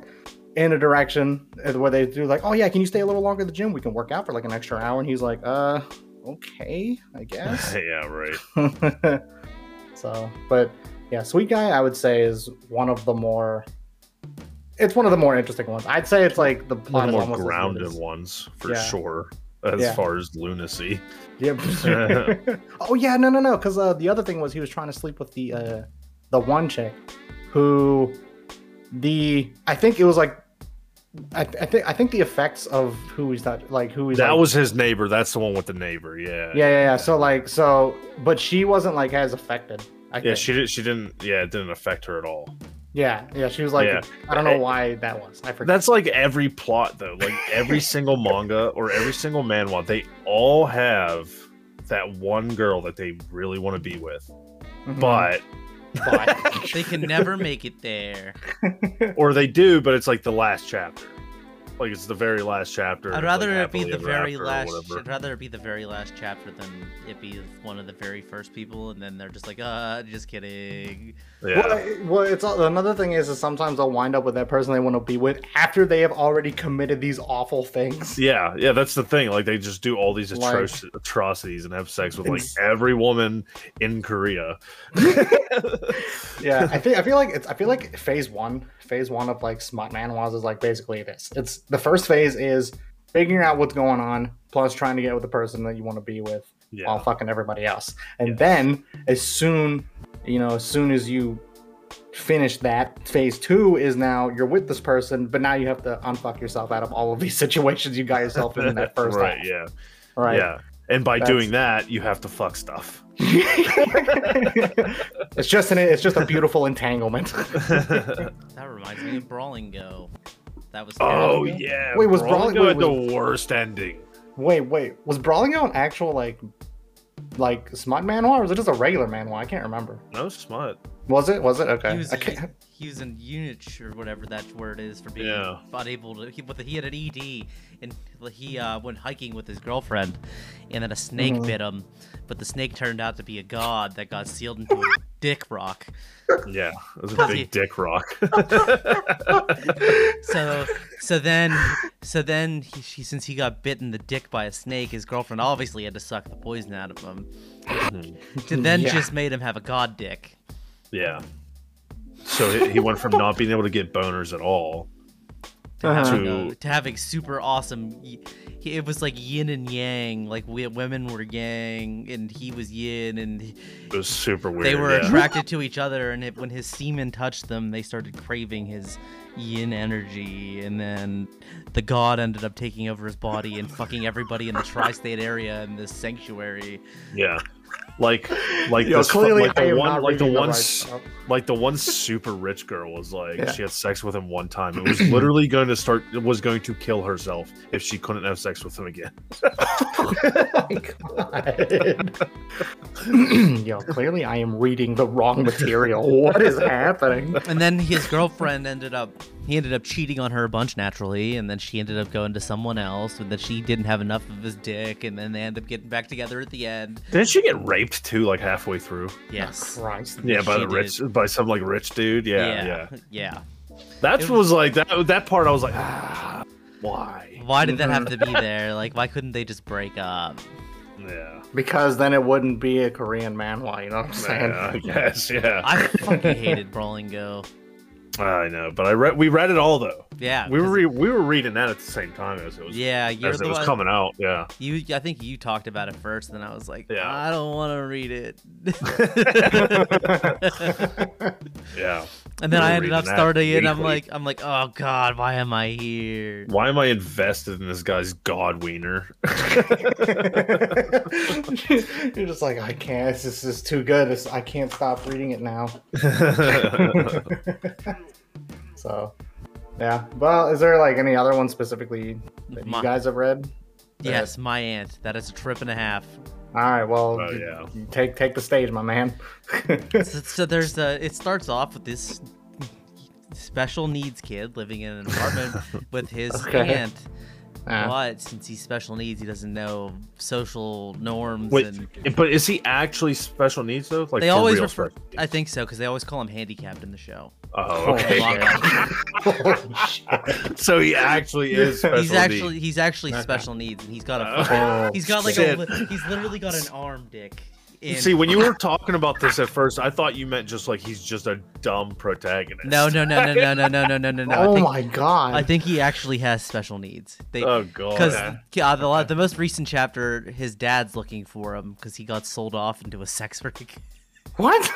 [SPEAKER 5] in a direction where they do like, oh yeah, can you stay a little longer at the gym? We can work out for like an extra hour, and he's like, uh, okay, I guess.
[SPEAKER 7] yeah, right.
[SPEAKER 5] so, but yeah, Sweet Guy, I would say is one of the more. It's one of the more interesting ones. I'd say it's like the plot
[SPEAKER 7] One
[SPEAKER 5] is
[SPEAKER 7] of the more
[SPEAKER 5] almost as good
[SPEAKER 7] grounded
[SPEAKER 5] as-
[SPEAKER 7] ones for
[SPEAKER 5] Yeah.
[SPEAKER 7] sure. As
[SPEAKER 5] Yeah.
[SPEAKER 7] far as lunacy,
[SPEAKER 5] Yep. oh yeah, no, no, no. Because uh, the other thing was he was trying to sleep with the uh, the one chick who the I think it was like I, th- I think I think the effects of who he's not like who he's
[SPEAKER 7] that
[SPEAKER 5] like-
[SPEAKER 7] was his neighbor. That's the one with the neighbor. Yeah.
[SPEAKER 5] yeah yeah yeah. So like so, but she wasn't like as affected. I
[SPEAKER 7] Yeah,
[SPEAKER 5] think.
[SPEAKER 7] she did. She didn't. Yeah, it didn't affect her at all.
[SPEAKER 5] yeah yeah. She was like
[SPEAKER 7] Yeah.
[SPEAKER 5] I don't know why that was. I forget.
[SPEAKER 7] That's like every plot though. Like every single manga or every single manhwa, they all have that one girl that they really want to be with,
[SPEAKER 5] Mhm.
[SPEAKER 7] but
[SPEAKER 5] But-
[SPEAKER 6] They can never make it there.
[SPEAKER 7] or they do, but it's like the last chapter. Like it's the very last chapter.
[SPEAKER 6] I'd
[SPEAKER 7] and it's,
[SPEAKER 6] rather
[SPEAKER 7] like,
[SPEAKER 6] it be
[SPEAKER 7] happily
[SPEAKER 6] the
[SPEAKER 7] ever
[SPEAKER 6] very
[SPEAKER 7] after or
[SPEAKER 6] last.
[SPEAKER 7] whatever.
[SPEAKER 6] I'd rather it be the very last chapter than it be one of the very first people, and then they're just like, uh, just kidding.
[SPEAKER 7] Yeah.
[SPEAKER 5] Well, I- well, it's all- another thing is is sometimes they'll wind up with that person they want to be with after they have already committed these awful things.
[SPEAKER 7] Yeah, yeah, that's the thing. Like they just do all these
[SPEAKER 5] Like-
[SPEAKER 7] atroc atrocities and have sex with like
[SPEAKER 5] It's-
[SPEAKER 7] every woman in Korea.
[SPEAKER 5] yeah, I think I feel like it's I feel like phase one, phase one of like smut manwas is like basically this. It's the first phase is figuring out what's going on, plus trying to get with the person that you want to be with
[SPEAKER 7] Yeah.
[SPEAKER 5] while fucking everybody else. And then as soon you know, as soon as you finish that, phase two is now you're with this person, but now you have to unfuck yourself out of all of these situations you got yourself in, in that first
[SPEAKER 7] right,
[SPEAKER 5] half,
[SPEAKER 7] yeah.
[SPEAKER 5] Right.
[SPEAKER 7] Yeah. And by
[SPEAKER 5] That's-
[SPEAKER 7] doing that, you have to fuck stuff.
[SPEAKER 5] it's just an it's just a beautiful entanglement.
[SPEAKER 6] That reminds me of Brawling Go. That was
[SPEAKER 7] oh
[SPEAKER 6] terrible.
[SPEAKER 7] yeah.
[SPEAKER 5] Wait, was Brawling-
[SPEAKER 7] Brawling had
[SPEAKER 5] wait,
[SPEAKER 7] the worst ending?
[SPEAKER 5] wait, wait, was Brawling an actual like like smut manhwa or was it just a regular manhwa? I can't remember.
[SPEAKER 7] No smut.
[SPEAKER 5] Was it? Was it? Okay.
[SPEAKER 6] He was,
[SPEAKER 5] I can't,
[SPEAKER 6] he was in unit or whatever that word is for being
[SPEAKER 7] Yeah.
[SPEAKER 6] unable to. He, but he had an ED, and he uh, went hiking with his girlfriend, and then a snake
[SPEAKER 5] Mhm.
[SPEAKER 6] bit him. But the snake turned out to be a god that got sealed into a dick rock.
[SPEAKER 7] Yeah, it was a
[SPEAKER 6] Pussy.
[SPEAKER 7] big dick rock.
[SPEAKER 6] So, so then, so then, he, she, since he got bitten the dick by a snake, his girlfriend obviously had to suck the poison out of him. To then
[SPEAKER 5] Mm-hmm. Yeah.
[SPEAKER 6] just made him have a god dick.
[SPEAKER 7] yeah. So he, he went from not being able to get boners at all.
[SPEAKER 6] to, having,
[SPEAKER 7] Uh-huh.
[SPEAKER 6] a- to having super awesome. y- It was like yin and yang. Like we, women were yang, and he was yin, and he-
[SPEAKER 7] It was super weird.
[SPEAKER 6] they were
[SPEAKER 7] yeah.
[SPEAKER 6] attracted to each other. And it, when his semen touched them, they started craving his yin energy. And then the god ended up taking over his body and fucking everybody in the tri-state area in this sanctuary.
[SPEAKER 7] Yeah. Like, like
[SPEAKER 5] Yo,
[SPEAKER 7] this, fu-
[SPEAKER 5] clearly
[SPEAKER 7] like
[SPEAKER 5] I
[SPEAKER 7] the
[SPEAKER 5] am
[SPEAKER 7] one,
[SPEAKER 5] not
[SPEAKER 7] like the
[SPEAKER 5] reading the
[SPEAKER 7] one,
[SPEAKER 5] right
[SPEAKER 7] s-
[SPEAKER 5] stuff.
[SPEAKER 7] like the one super rich girl was like,
[SPEAKER 5] Yeah.
[SPEAKER 7] she had sex with him one time. It was literally going to start, was going to kill herself if she couldn't have sex with him again.
[SPEAKER 5] Oh my God. Yo, clearly I am reading the wrong material. What is happening?
[SPEAKER 6] And then his girlfriend ended up he ended up cheating on her a bunch naturally, and then she ended up going to someone else, and then she didn't have enough of his dick, and then they end up getting back together at the end.
[SPEAKER 7] Didn't she get raped too, like halfway through?
[SPEAKER 6] Yes.
[SPEAKER 5] Christ.
[SPEAKER 7] Yeah, by
[SPEAKER 6] She
[SPEAKER 7] the
[SPEAKER 6] did.
[SPEAKER 7] rich, by some like rich dude. Yeah, yeah.
[SPEAKER 6] yeah.
[SPEAKER 7] That
[SPEAKER 6] It-
[SPEAKER 7] was like that. That part, I was like, ah, why?
[SPEAKER 6] Why did that have to be there? Like, why couldn't they just break up?
[SPEAKER 7] Yeah,
[SPEAKER 5] Because then it wouldn't be a Korean manhwa, you know what I'm saying?
[SPEAKER 7] yeah I guess. Yeah,
[SPEAKER 6] I fucking hated Brawling Go.
[SPEAKER 7] I know, but I read we read it all though.
[SPEAKER 6] Yeah,
[SPEAKER 7] we were
[SPEAKER 6] 'cause-
[SPEAKER 7] re- we were reading that at the same time as it was
[SPEAKER 6] yeah, you're
[SPEAKER 7] as
[SPEAKER 6] the
[SPEAKER 7] it was
[SPEAKER 6] one.
[SPEAKER 7] coming out. Yeah,
[SPEAKER 6] You, I think you talked about it first, and then I was like,
[SPEAKER 7] Yeah.
[SPEAKER 6] I don't want to read it.
[SPEAKER 7] yeah.
[SPEAKER 6] and then
[SPEAKER 7] You
[SPEAKER 6] I ended
[SPEAKER 7] were
[SPEAKER 6] up
[SPEAKER 7] reading that
[SPEAKER 6] starting it. and I'm
[SPEAKER 7] weekly.
[SPEAKER 6] like, I'm like, oh god, why am I here?
[SPEAKER 7] Why am I invested in this guy's god wiener?
[SPEAKER 5] You're just like, I can't. This is, this is too good. This, I can't stop reading it now. so, yeah. Well, is there like any other one specifically that
[SPEAKER 6] My-
[SPEAKER 5] you guys have read?
[SPEAKER 6] yes, my aunt. That is a trip and a half.
[SPEAKER 5] All right. Well,
[SPEAKER 7] Oh,
[SPEAKER 5] d-
[SPEAKER 7] yeah.
[SPEAKER 5] d- take take the stage, my man.
[SPEAKER 6] so, so there's a. It starts off with this special needs kid living in an apartment with his
[SPEAKER 5] Okay.
[SPEAKER 6] aunt.
[SPEAKER 5] Ah.
[SPEAKER 6] But since he's special needs, he doesn't know social norms.
[SPEAKER 7] Wait,
[SPEAKER 6] and
[SPEAKER 7] but is he actually special needs though? Like
[SPEAKER 6] they
[SPEAKER 7] for
[SPEAKER 6] always
[SPEAKER 7] real
[SPEAKER 6] refer.
[SPEAKER 7] special
[SPEAKER 6] I
[SPEAKER 7] needs?
[SPEAKER 6] think so because they always call him handicapped in the show.
[SPEAKER 7] Oh, okay.
[SPEAKER 6] Long
[SPEAKER 5] Oh,
[SPEAKER 7] so he actually is special
[SPEAKER 6] he's actually he's actually special needs, and he's got a fucking-
[SPEAKER 5] Oh,
[SPEAKER 6] he's got like
[SPEAKER 7] shit.
[SPEAKER 6] a li- he's literally got an arm dick. in-
[SPEAKER 7] needs. See, when you were talking about this at first, I thought you meant just like he's just a dumb protagonist.
[SPEAKER 6] no no no no no no no no no no no. I
[SPEAKER 5] oh
[SPEAKER 6] think,
[SPEAKER 5] my god.
[SPEAKER 6] I think he actually has special needs. They
[SPEAKER 7] Oh god.
[SPEAKER 6] because the, la- the most recent chapter, his dad's looking for him because he got sold off into a sex ring.
[SPEAKER 5] what?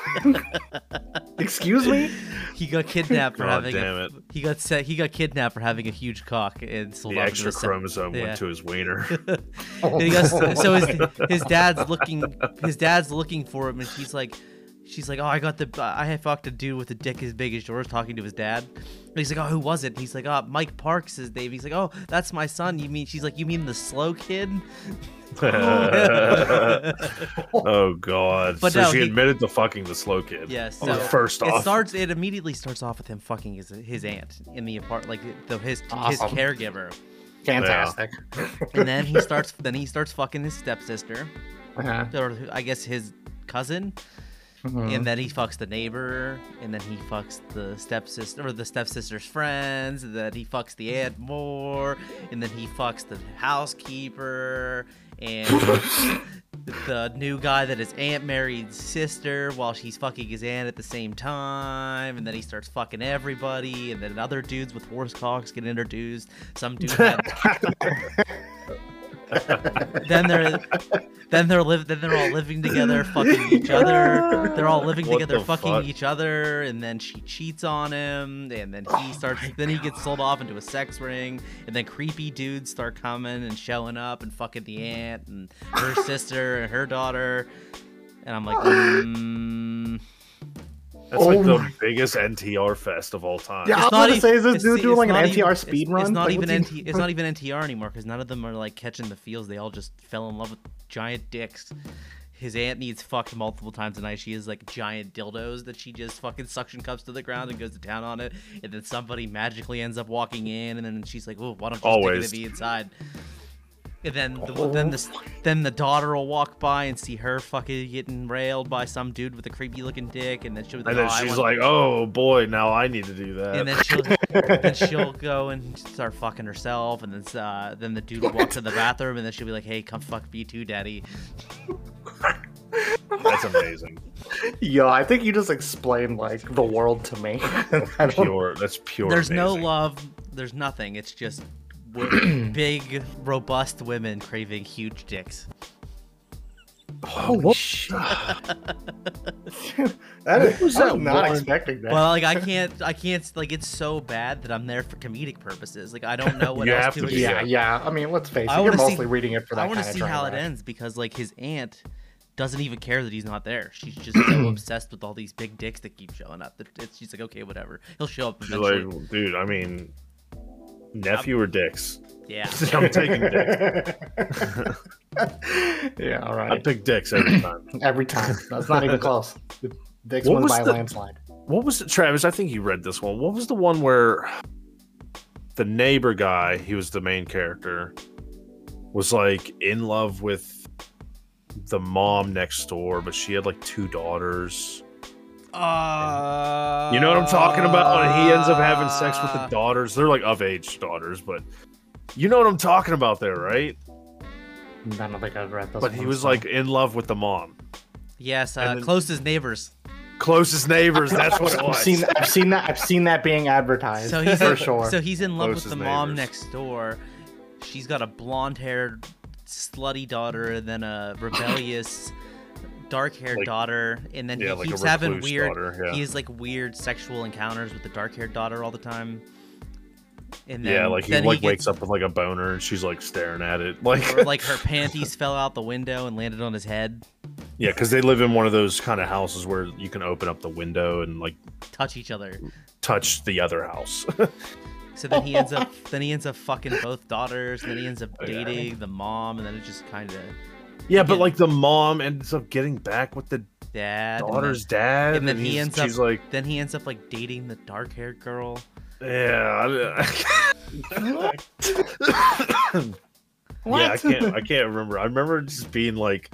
[SPEAKER 5] Excuse me.
[SPEAKER 6] He got kidnapped for
[SPEAKER 7] God
[SPEAKER 6] having.
[SPEAKER 7] damn
[SPEAKER 6] a,
[SPEAKER 7] it.
[SPEAKER 6] He got set, he got kidnapped for having a huge cock and sold
[SPEAKER 7] the
[SPEAKER 6] off
[SPEAKER 7] extra
[SPEAKER 6] into a sex-
[SPEAKER 7] chromosome
[SPEAKER 6] yeah.
[SPEAKER 7] went to his wiener.
[SPEAKER 6] And he goes, so his, his dad's looking his dad's looking for him and she's like she's like oh i got the i had fucked a dude with a dick as big as yours talking to his dad and he's like oh who was it and he's like oh mike parks is dave he's like oh that's my son you mean she's like you mean the slow kid
[SPEAKER 7] oh god.
[SPEAKER 6] But
[SPEAKER 7] so
[SPEAKER 6] no,
[SPEAKER 7] she
[SPEAKER 6] he-
[SPEAKER 7] admitted to fucking the slow kid.
[SPEAKER 6] yeah so
[SPEAKER 7] Oh, first
[SPEAKER 6] it
[SPEAKER 7] off.
[SPEAKER 6] starts it immediately starts off with him fucking his, his aunt in the apart like the, his
[SPEAKER 5] Awesome.
[SPEAKER 6] his caregiver
[SPEAKER 5] Fantastic.
[SPEAKER 6] and then he starts then he starts fucking his stepsister
[SPEAKER 5] Uh-huh.
[SPEAKER 6] or i guess his cousin
[SPEAKER 5] Mhm.
[SPEAKER 6] and then he fucks the neighbor, and then he fucks the stepsister or the stepsister's friends, and then he fucks the aunt more, and then he fucks the housekeeper and the new guy that his aunt married sister while she's fucking his aunt at the same time, and then he starts fucking everybody, and then other dudes with horse cocks get introduced. Some dude had then they're then they're live then they're all living together fucking each other they're all living
[SPEAKER 7] What
[SPEAKER 6] together
[SPEAKER 7] the
[SPEAKER 6] fucking
[SPEAKER 7] fuck?
[SPEAKER 6] each other and then she cheats on him and then
[SPEAKER 7] Oh
[SPEAKER 6] he starts then he gets sold off into a sex ring and then creepy dudes start coming and showing up and fucking the aunt and her sister and her daughter and i'm like mm,
[SPEAKER 7] That's
[SPEAKER 5] Oh
[SPEAKER 7] like the
[SPEAKER 5] my-
[SPEAKER 7] biggest NTR fest of all time.
[SPEAKER 5] Yeah, I was
[SPEAKER 6] not
[SPEAKER 5] gonna
[SPEAKER 6] e-
[SPEAKER 5] say, is this
[SPEAKER 6] it's-
[SPEAKER 5] dude doing
[SPEAKER 6] it's
[SPEAKER 5] like an
[SPEAKER 6] not
[SPEAKER 5] NTR
[SPEAKER 6] even-
[SPEAKER 5] speed
[SPEAKER 6] it's,
[SPEAKER 5] run?
[SPEAKER 6] It's not
[SPEAKER 5] Like,
[SPEAKER 6] even
[SPEAKER 5] what's he-
[SPEAKER 6] NT, It's not even NTR anymore because none of them are like catching the feels. They all just fell in love with giant dicks. His aunt needs fucked multiple times a night. She has like giant dildos that she just fucking suction cups to the ground and goes to town on it. And then somebody magically ends up walking in, and then she's like, "Oh, why don't you
[SPEAKER 7] Always.
[SPEAKER 6] stick it to me inside?" And then the,
[SPEAKER 5] Oh.
[SPEAKER 6] then this then the daughter will walk by and see her fucking getting railed by some dude with a creepy looking dick, and then she'll be like,
[SPEAKER 7] And then
[SPEAKER 6] "Oh, I
[SPEAKER 7] she's
[SPEAKER 6] wanna-
[SPEAKER 7] like, "Oh boy, now I need to do
[SPEAKER 6] and
[SPEAKER 7] that."
[SPEAKER 6] then she'll then she'll go and start fucking herself, and then uh, then the dude will walk to the bathroom, and then she'll be like, "Hey, come fuck me too, daddy."
[SPEAKER 7] That's amazing.
[SPEAKER 5] Yo, I think you just explained like the world to me. I don't-
[SPEAKER 7] Pure. That's pure.
[SPEAKER 6] There's no
[SPEAKER 7] amazing.
[SPEAKER 6] love. There's nothing. It's just w- big, robust women craving huge dicks.
[SPEAKER 5] Holy shit. that is, I was
[SPEAKER 7] was that
[SPEAKER 5] not
[SPEAKER 7] one?
[SPEAKER 5] expecting that.
[SPEAKER 6] Well, like I can't, I can't. Like it's so bad that I'm there for comedic purposes. Like I don't know what
[SPEAKER 7] You
[SPEAKER 6] else
[SPEAKER 7] have
[SPEAKER 6] to.
[SPEAKER 7] to be,
[SPEAKER 6] expect.
[SPEAKER 5] yeah, yeah. I mean, let's face
[SPEAKER 6] I
[SPEAKER 5] it, you're
[SPEAKER 6] wanna see-
[SPEAKER 5] mostly reading it for that
[SPEAKER 6] I want to
[SPEAKER 5] kinda
[SPEAKER 6] see
[SPEAKER 5] drama.
[SPEAKER 6] how it ends because like his aunt doesn't even care that he's not there. She's just so obsessed with all these big dicks that keep showing up. That it's, she's like, okay, whatever. He'll show up
[SPEAKER 7] She's
[SPEAKER 6] eventually.
[SPEAKER 7] like, dude. I mean, nephew or dicks?
[SPEAKER 6] yeah.
[SPEAKER 7] I'm taking dicks.
[SPEAKER 5] yeah, all
[SPEAKER 7] I
[SPEAKER 5] right.
[SPEAKER 7] pick dicks every time.
[SPEAKER 5] Every time. That's not even close. The Dicks
[SPEAKER 7] What
[SPEAKER 5] won
[SPEAKER 7] was
[SPEAKER 5] by a
[SPEAKER 7] the-
[SPEAKER 5] landslide.
[SPEAKER 7] What was it, Travis? I think you read this one. What was the one where the neighbor guy, he was the main character, was like in love with the mom next door, but she had like two daughters.
[SPEAKER 6] Uh,
[SPEAKER 7] You know what I'm talking about? And he ends up having sex with
[SPEAKER 6] Uh.
[SPEAKER 7] the daughters. They're like of age daughters, but you know what I'm talking about there, right?
[SPEAKER 5] I don't think I've read this
[SPEAKER 7] But he was like in love with the mom.
[SPEAKER 6] Yes, uh,
[SPEAKER 7] And then-
[SPEAKER 6] closest neighbors.
[SPEAKER 7] Closest neighbors. That's what it
[SPEAKER 5] I've
[SPEAKER 7] was.
[SPEAKER 5] seen, I've seen that. I've seen that being advertised
[SPEAKER 6] So he's
[SPEAKER 5] for
[SPEAKER 6] in,
[SPEAKER 5] sure.
[SPEAKER 6] So he's in love with
[SPEAKER 7] Closest
[SPEAKER 6] the mom
[SPEAKER 7] neighbors.
[SPEAKER 6] next door. She's got a blonde-haired, slutty daughter, and then a rebellious, dark-haired
[SPEAKER 7] Like-
[SPEAKER 6] daughter, and then
[SPEAKER 7] yeah,
[SPEAKER 6] he
[SPEAKER 7] like
[SPEAKER 6] keeps
[SPEAKER 7] a
[SPEAKER 6] having
[SPEAKER 7] recluse
[SPEAKER 6] weird.
[SPEAKER 7] daughter. Yeah.
[SPEAKER 6] He has like weird sexual encounters with the dark-haired daughter all the time. And then,
[SPEAKER 7] yeah, like he
[SPEAKER 6] then
[SPEAKER 7] like
[SPEAKER 6] gets-
[SPEAKER 7] wakes up with like a boner and she's like staring at it. Like
[SPEAKER 6] or like her panties fell out the window and landed on his head.
[SPEAKER 7] yeah, because they live in one of those kind of houses where you can open up the window and like
[SPEAKER 6] Touch each other.
[SPEAKER 7] touch the other house.
[SPEAKER 6] So then he ends up then he ends up fucking both daughters, and then he ends up
[SPEAKER 7] Oh, Yeah.
[SPEAKER 6] dating the mom, and then it just kind of
[SPEAKER 7] yeah, but
[SPEAKER 6] Yeah.
[SPEAKER 7] like the mom ends up getting back with the
[SPEAKER 6] dad. and then-
[SPEAKER 7] daughter's dad,
[SPEAKER 6] and then he
[SPEAKER 7] he's-
[SPEAKER 6] ends up-
[SPEAKER 7] she's like,
[SPEAKER 6] Then he ends up like dating the dark haired girl.
[SPEAKER 7] yeah. I- Yeah, I can't. I can't remember. I remember just being like,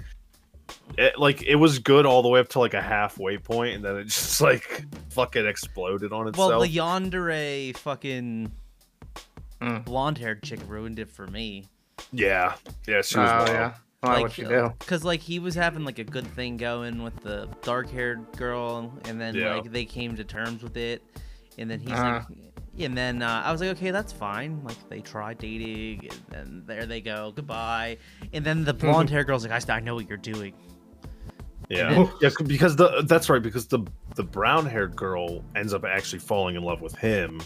[SPEAKER 7] it, like it was good all the way up to like a halfway point, and then it just like fucking exploded on itself.
[SPEAKER 6] Well, the yandere fucking
[SPEAKER 5] Mm.
[SPEAKER 6] blonde haired chick ruined it for me.
[SPEAKER 7] yeah, yeah, she
[SPEAKER 5] Oh
[SPEAKER 7] was wild.
[SPEAKER 5] yeah. Why
[SPEAKER 6] like,
[SPEAKER 5] would you do?
[SPEAKER 6] Because like he was having like a good thing going with the dark haired girl, and then
[SPEAKER 7] Yeah.
[SPEAKER 6] like they came to terms with it, and then he's
[SPEAKER 5] Uh-huh.
[SPEAKER 6] like, and then uh, I was like, okay, that's fine. Like they try dating, and then there they go, goodbye. And then the
[SPEAKER 5] Mm-hmm.
[SPEAKER 6] blonde haired girl's like, I, s- I know what you're doing.
[SPEAKER 7] Yeah, yeah, c- because the that's right because the the brown haired girl ends up actually falling in love with him.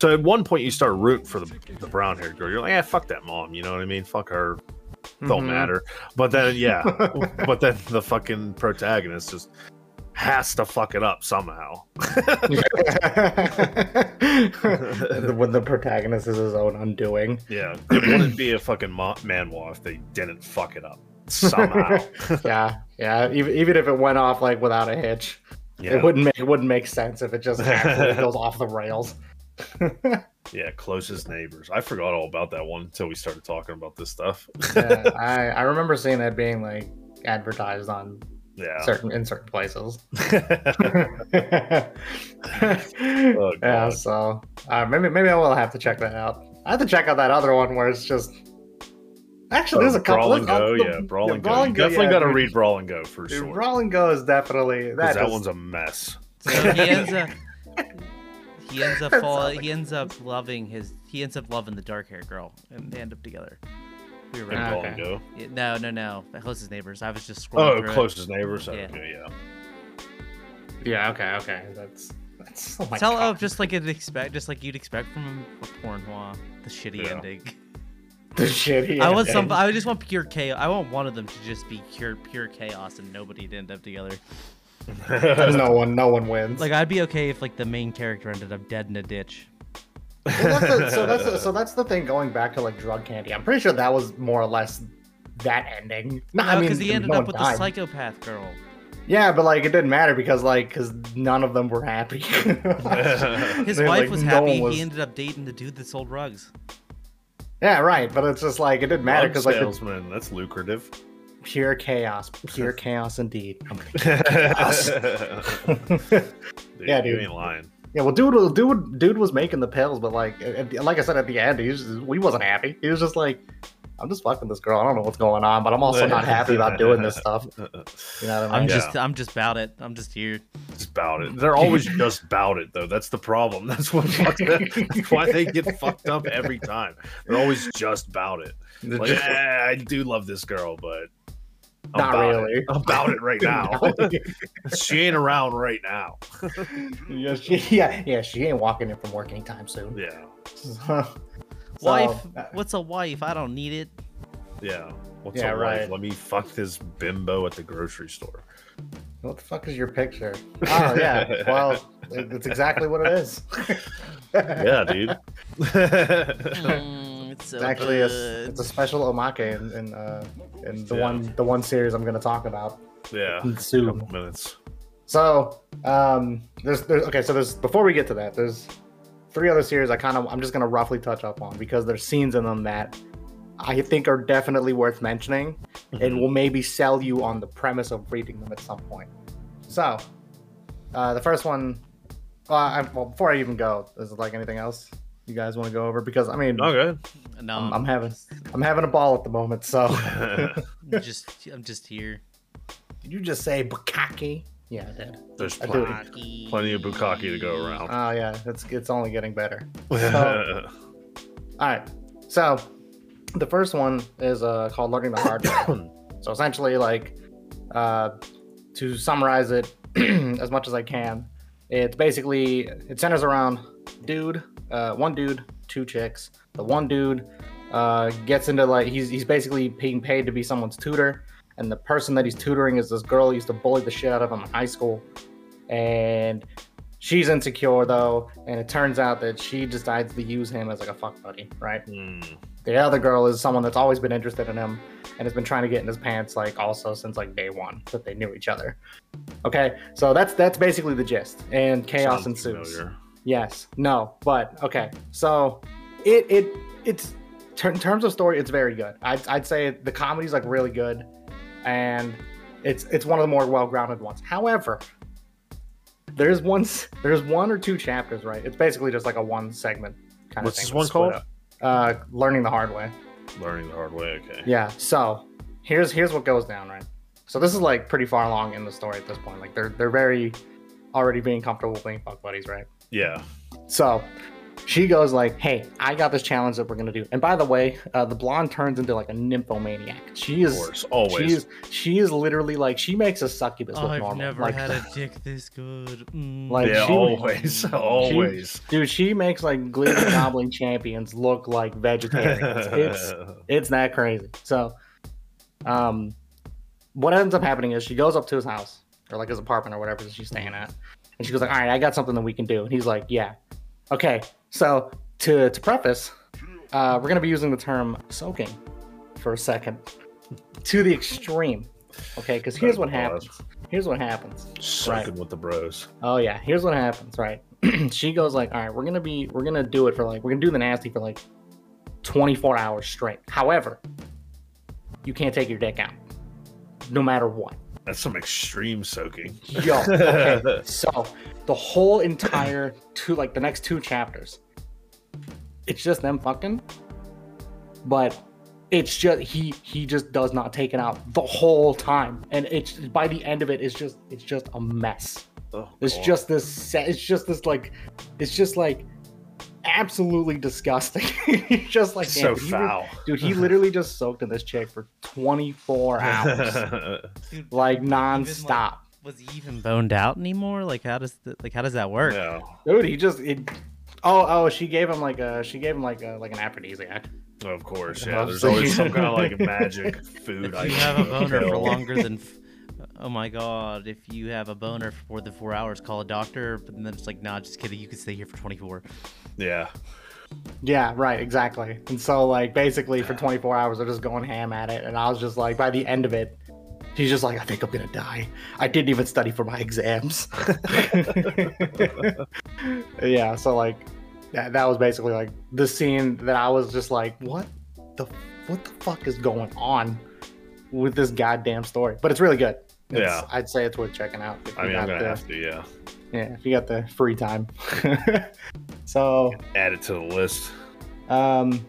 [SPEAKER 7] So at one point you start rooting for the, the brown haired girl. You're like, yeah, fuck that mom. You know what I mean? Fuck her. Don't
[SPEAKER 5] Mhm.
[SPEAKER 7] matter. But then yeah, but then the fucking protagonist just has to fuck it up somehow.
[SPEAKER 5] when the protagonist is his own undoing.
[SPEAKER 7] Yeah, it wouldn't be a fucking mo- manwa if they didn't fuck it up somehow.
[SPEAKER 5] Yeah, yeah. Even, even if it went off like without a hitch,
[SPEAKER 7] yeah,
[SPEAKER 5] it wouldn't make it wouldn't make sense if it just actually goes off the rails.
[SPEAKER 7] yeah, closest neighbors. I forgot all about that one until we started talking about this stuff.
[SPEAKER 5] Yeah, I I remember seeing that being like advertised on
[SPEAKER 7] Yeah.
[SPEAKER 5] certain in certain places. yeah,
[SPEAKER 7] Oh, God.
[SPEAKER 5] so uh, maybe maybe I will have to check that out. I have to check out that other one where it's just actually there's a couple.
[SPEAKER 7] Brawl and
[SPEAKER 5] look up
[SPEAKER 7] Oh, Go,
[SPEAKER 5] the-
[SPEAKER 7] yeah, Brawl and Go.
[SPEAKER 5] Brawl
[SPEAKER 7] You definitely
[SPEAKER 5] yeah,
[SPEAKER 7] got to
[SPEAKER 5] dude.
[SPEAKER 7] read Brawl and Go for
[SPEAKER 5] Dude,
[SPEAKER 7] sure.
[SPEAKER 5] Brawl and Go is definitely
[SPEAKER 7] 'cause
[SPEAKER 5] that.
[SPEAKER 7] that
[SPEAKER 5] is-
[SPEAKER 7] one's a mess.
[SPEAKER 6] So he ends up he ends up
[SPEAKER 5] That
[SPEAKER 6] fall,
[SPEAKER 5] sounds
[SPEAKER 6] he ends up loving his he ends up loving the dark haired girl and they end up together. We were
[SPEAKER 7] In
[SPEAKER 5] Ah,
[SPEAKER 6] right.
[SPEAKER 7] Brawl and
[SPEAKER 5] okay.
[SPEAKER 7] Go.
[SPEAKER 6] Yeah, No, no, no. The Closest neighbors. I was just scrolling
[SPEAKER 7] Oh,
[SPEAKER 6] through. it.
[SPEAKER 7] closest neighbors.
[SPEAKER 6] Yeah.
[SPEAKER 7] Okay, yeah.
[SPEAKER 5] yeah. Okay. Okay. That's that's. Oh my
[SPEAKER 6] Tell oh,
[SPEAKER 5] God.
[SPEAKER 6] just like you'd expect, just like you'd expect from a porn noir, the shitty
[SPEAKER 7] Yeah.
[SPEAKER 6] ending.
[SPEAKER 5] the shit. he
[SPEAKER 6] I want
[SPEAKER 5] did.
[SPEAKER 6] some. I just want pure chaos. I want one of them to just be pure, pure chaos, and nobody to end up together.
[SPEAKER 5] no one. No one wins.
[SPEAKER 6] Like I'd be okay if like the main character ended up dead in a ditch.
[SPEAKER 5] Well, that's the, so that's the, so that's the thing. Going back to like drug candy, I'm pretty sure that was more or less that ending. No, I
[SPEAKER 6] No,
[SPEAKER 5] mean,
[SPEAKER 6] because he ended
[SPEAKER 5] no
[SPEAKER 6] up
[SPEAKER 5] one
[SPEAKER 6] with
[SPEAKER 5] died.
[SPEAKER 6] the psychopath girl.
[SPEAKER 5] Yeah, but like it didn't matter because like because none of them were happy.
[SPEAKER 6] His
[SPEAKER 5] They're,
[SPEAKER 6] wife
[SPEAKER 5] like,
[SPEAKER 6] was
[SPEAKER 5] no one
[SPEAKER 6] happy.
[SPEAKER 5] was-
[SPEAKER 6] He ended up dating the dude that sold rugs.
[SPEAKER 5] yeah, right. But it's just like it didn't matter
[SPEAKER 7] Drug
[SPEAKER 5] because like it's
[SPEAKER 7] salesman. That's lucrative.
[SPEAKER 5] pure chaos, pure chaos indeed.
[SPEAKER 7] Dude,
[SPEAKER 5] Yeah,
[SPEAKER 7] You
[SPEAKER 5] dude.
[SPEAKER 7] ain't lying.
[SPEAKER 5] yeah, well, dude, was- dude, dude was making the pills, but like at the- like I said at the end, he was just, we wasn't happy. He was just like, I'm just fucking this girl. I don't know what's going on, but I'm also not happy about doing this stuff. You know what I
[SPEAKER 6] I'm
[SPEAKER 5] mean?
[SPEAKER 6] just, I'm just about it. I'm just here.
[SPEAKER 7] Just about it. They're always just about it, though. That's the problem. That's what. fucks them- That's why they get fucked up every time. They're always just about it. Like, "Eh, I do love this girl, but I'm
[SPEAKER 5] Not
[SPEAKER 7] about
[SPEAKER 5] really.
[SPEAKER 7] It. I'm about it right now. she ain't around right now.
[SPEAKER 5] yeah, she, yeah, yeah, she ain't walking in from work anytime soon.
[SPEAKER 7] Yeah,
[SPEAKER 5] So-
[SPEAKER 6] wife,
[SPEAKER 5] uh,
[SPEAKER 6] what's a wife? I don't need it.
[SPEAKER 7] yeah. What's
[SPEAKER 5] Yeah,
[SPEAKER 7] up,
[SPEAKER 5] right.
[SPEAKER 7] right? Let me fuck this bimbo at the grocery store.
[SPEAKER 5] what the fuck is your picture? Oh yeah, well, it- it's exactly what it is.
[SPEAKER 7] Yeah, dude.
[SPEAKER 6] Mm, it's so
[SPEAKER 5] It's actually a,
[SPEAKER 6] good.
[SPEAKER 5] it's a special omake in, in, uh, in the one the one series I'm gonna talk about
[SPEAKER 7] yeah.
[SPEAKER 5] soon.
[SPEAKER 7] Couple minutes.
[SPEAKER 5] So um, there's there's okay. So there's before we get to that, there's three other series I kind of I'm just gonna roughly touch up on because there's scenes in them that I think are definitely worth mentioning and will maybe sell you on the premise of reading them at some point. So uh, the first one, uh, I, well, before I even go, is it like anything else you guys want to go over? Because I mean,
[SPEAKER 7] Okay.
[SPEAKER 6] no,
[SPEAKER 5] I'm, I'm having I'm having a ball at the moment. So
[SPEAKER 6] I'm just, I'm just here.
[SPEAKER 5] did you just say Bukaki? Yeah, I did.
[SPEAKER 7] There's
[SPEAKER 5] I
[SPEAKER 7] plenty,
[SPEAKER 5] do.
[SPEAKER 7] plenty of bukkake to go around.
[SPEAKER 5] Oh yeah, it's it's only getting better. Uh, All right. So the first one is uh, called learning the hard way. so essentially, like uh, to summarize it as much as I can, it's basically it centers around dude, uh, one dude, two chicks. The one dude uh, gets into like he's he's basically being paid to be someone's tutor, and the person that he's tutoring is this girl who used to bully the shit out of him in high school, and she's insecure though, and it turns out that she decides to use him as like a fuck buddy, right?
[SPEAKER 7] Hmm.
[SPEAKER 5] The other girl is someone that's always been interested in him and has been trying to get in his pants like also since like day one that they knew each other. Okay, so that's that's basically the gist, and chaos
[SPEAKER 7] Sounds
[SPEAKER 5] ensues.
[SPEAKER 7] familiar.
[SPEAKER 5] Yes. No. But okay. So it it it's ter- in terms of story, it's very good. I'd, I'd say the comedy's like really good, and it's it's one of the more well grounded ones. However, there's one s- there's one or two chapters. Right. It's basically just like a one segment kind
[SPEAKER 7] What's
[SPEAKER 5] of
[SPEAKER 7] this
[SPEAKER 5] thing.
[SPEAKER 7] one
[SPEAKER 5] that's split
[SPEAKER 7] called?
[SPEAKER 5] up. Uh, learning the hard way.
[SPEAKER 7] Learning the hard way. Okay.
[SPEAKER 5] Yeah. So here's here's what goes down, right? So this is like pretty far along in the story at this point. Like they're they're very already being comfortable with being fuck buddies, right?
[SPEAKER 7] Yeah.
[SPEAKER 5] So she goes like, "Hey, I got this challenge that we're gonna do." And by the way, uh, the blonde turns into like a nymphomaniac. She
[SPEAKER 7] Of
[SPEAKER 5] is,
[SPEAKER 7] course.
[SPEAKER 5] she
[SPEAKER 7] Always.
[SPEAKER 5] is, she is literally like she makes a succubus look
[SPEAKER 6] I've
[SPEAKER 5] normal.
[SPEAKER 6] never
[SPEAKER 5] like,
[SPEAKER 6] had a dick this good. Mm.
[SPEAKER 5] like
[SPEAKER 7] yeah.
[SPEAKER 5] she,
[SPEAKER 7] always. Always.
[SPEAKER 5] dude, she makes like glitter goblin champions look like vegetarians. It's it's that crazy. So, um, what ends up happening is she goes up to his house or like his apartment or whatever that she's staying at, and she goes like, "All right, I got something that we can do." And he's like, "Yeah, okay." So to to preface, uh, we're gonna be using the term soaking for a second to the extreme, okay? Because here's what happens. Here's what happens.
[SPEAKER 7] Sucking with the bros.
[SPEAKER 5] Oh yeah, here's what happens, right? she goes like, "All right, we're gonna be, we're gonna do it for like, we're gonna do the nasty for like 24 hours straight. However, you can't take your dick out, no matter what."
[SPEAKER 7] That's some extreme soaking.
[SPEAKER 5] Yo, okay. so the whole entire two, like the next two chapters, it's just them fucking, but it's just he he just does not take it out the whole time, and it's by the end of it, it's just it's just a mess.
[SPEAKER 7] Oh,
[SPEAKER 5] It's
[SPEAKER 7] God.
[SPEAKER 5] just this. sa- It's just this like. It's just like absolutely disgusting. It's just like damn,
[SPEAKER 7] so
[SPEAKER 5] dude, he re-
[SPEAKER 7] foul.
[SPEAKER 5] dude. He literally just soaked in this chick for 24 hours,
[SPEAKER 6] Dude,
[SPEAKER 5] like
[SPEAKER 6] like-
[SPEAKER 5] nonstop.
[SPEAKER 6] was he even boned out anymore? Like how does th- like how does that work?
[SPEAKER 7] no.
[SPEAKER 5] Dude, he just. It, oh, oh, she gave him like a. She gave him like a like an aphrodisiac.
[SPEAKER 7] Of course.
[SPEAKER 5] Yeah,
[SPEAKER 7] Yeah. There's
[SPEAKER 5] so you-
[SPEAKER 7] always some kind of like magic food.
[SPEAKER 6] If
[SPEAKER 7] item
[SPEAKER 6] you have a
[SPEAKER 7] that
[SPEAKER 6] boner for
[SPEAKER 7] kill.
[SPEAKER 6] longer than, f- oh my god! If you have a boner for more than four hours, call a doctor. But then it's like, nah, just kidding. You can stay here for 24.
[SPEAKER 7] Yeah.
[SPEAKER 5] Yeah, right, exactly. And so like basically for 24 hours they're just going ham at it, and I was just like, by the end of it. She's just like, I think I'm gonna die. I didn't even study for my exams. yeah so like that, that was basically like the scene that i was just like what the what the fuck is going on with this goddamn story but it's really good It's-
[SPEAKER 7] Yeah.
[SPEAKER 5] i'd say it's worth checking out if you,
[SPEAKER 7] I mean, I'm
[SPEAKER 5] got,
[SPEAKER 7] gonna
[SPEAKER 5] the,
[SPEAKER 7] have to. Yeah.
[SPEAKER 5] yeah, if you got the free time so
[SPEAKER 7] Add it to the list.
[SPEAKER 5] um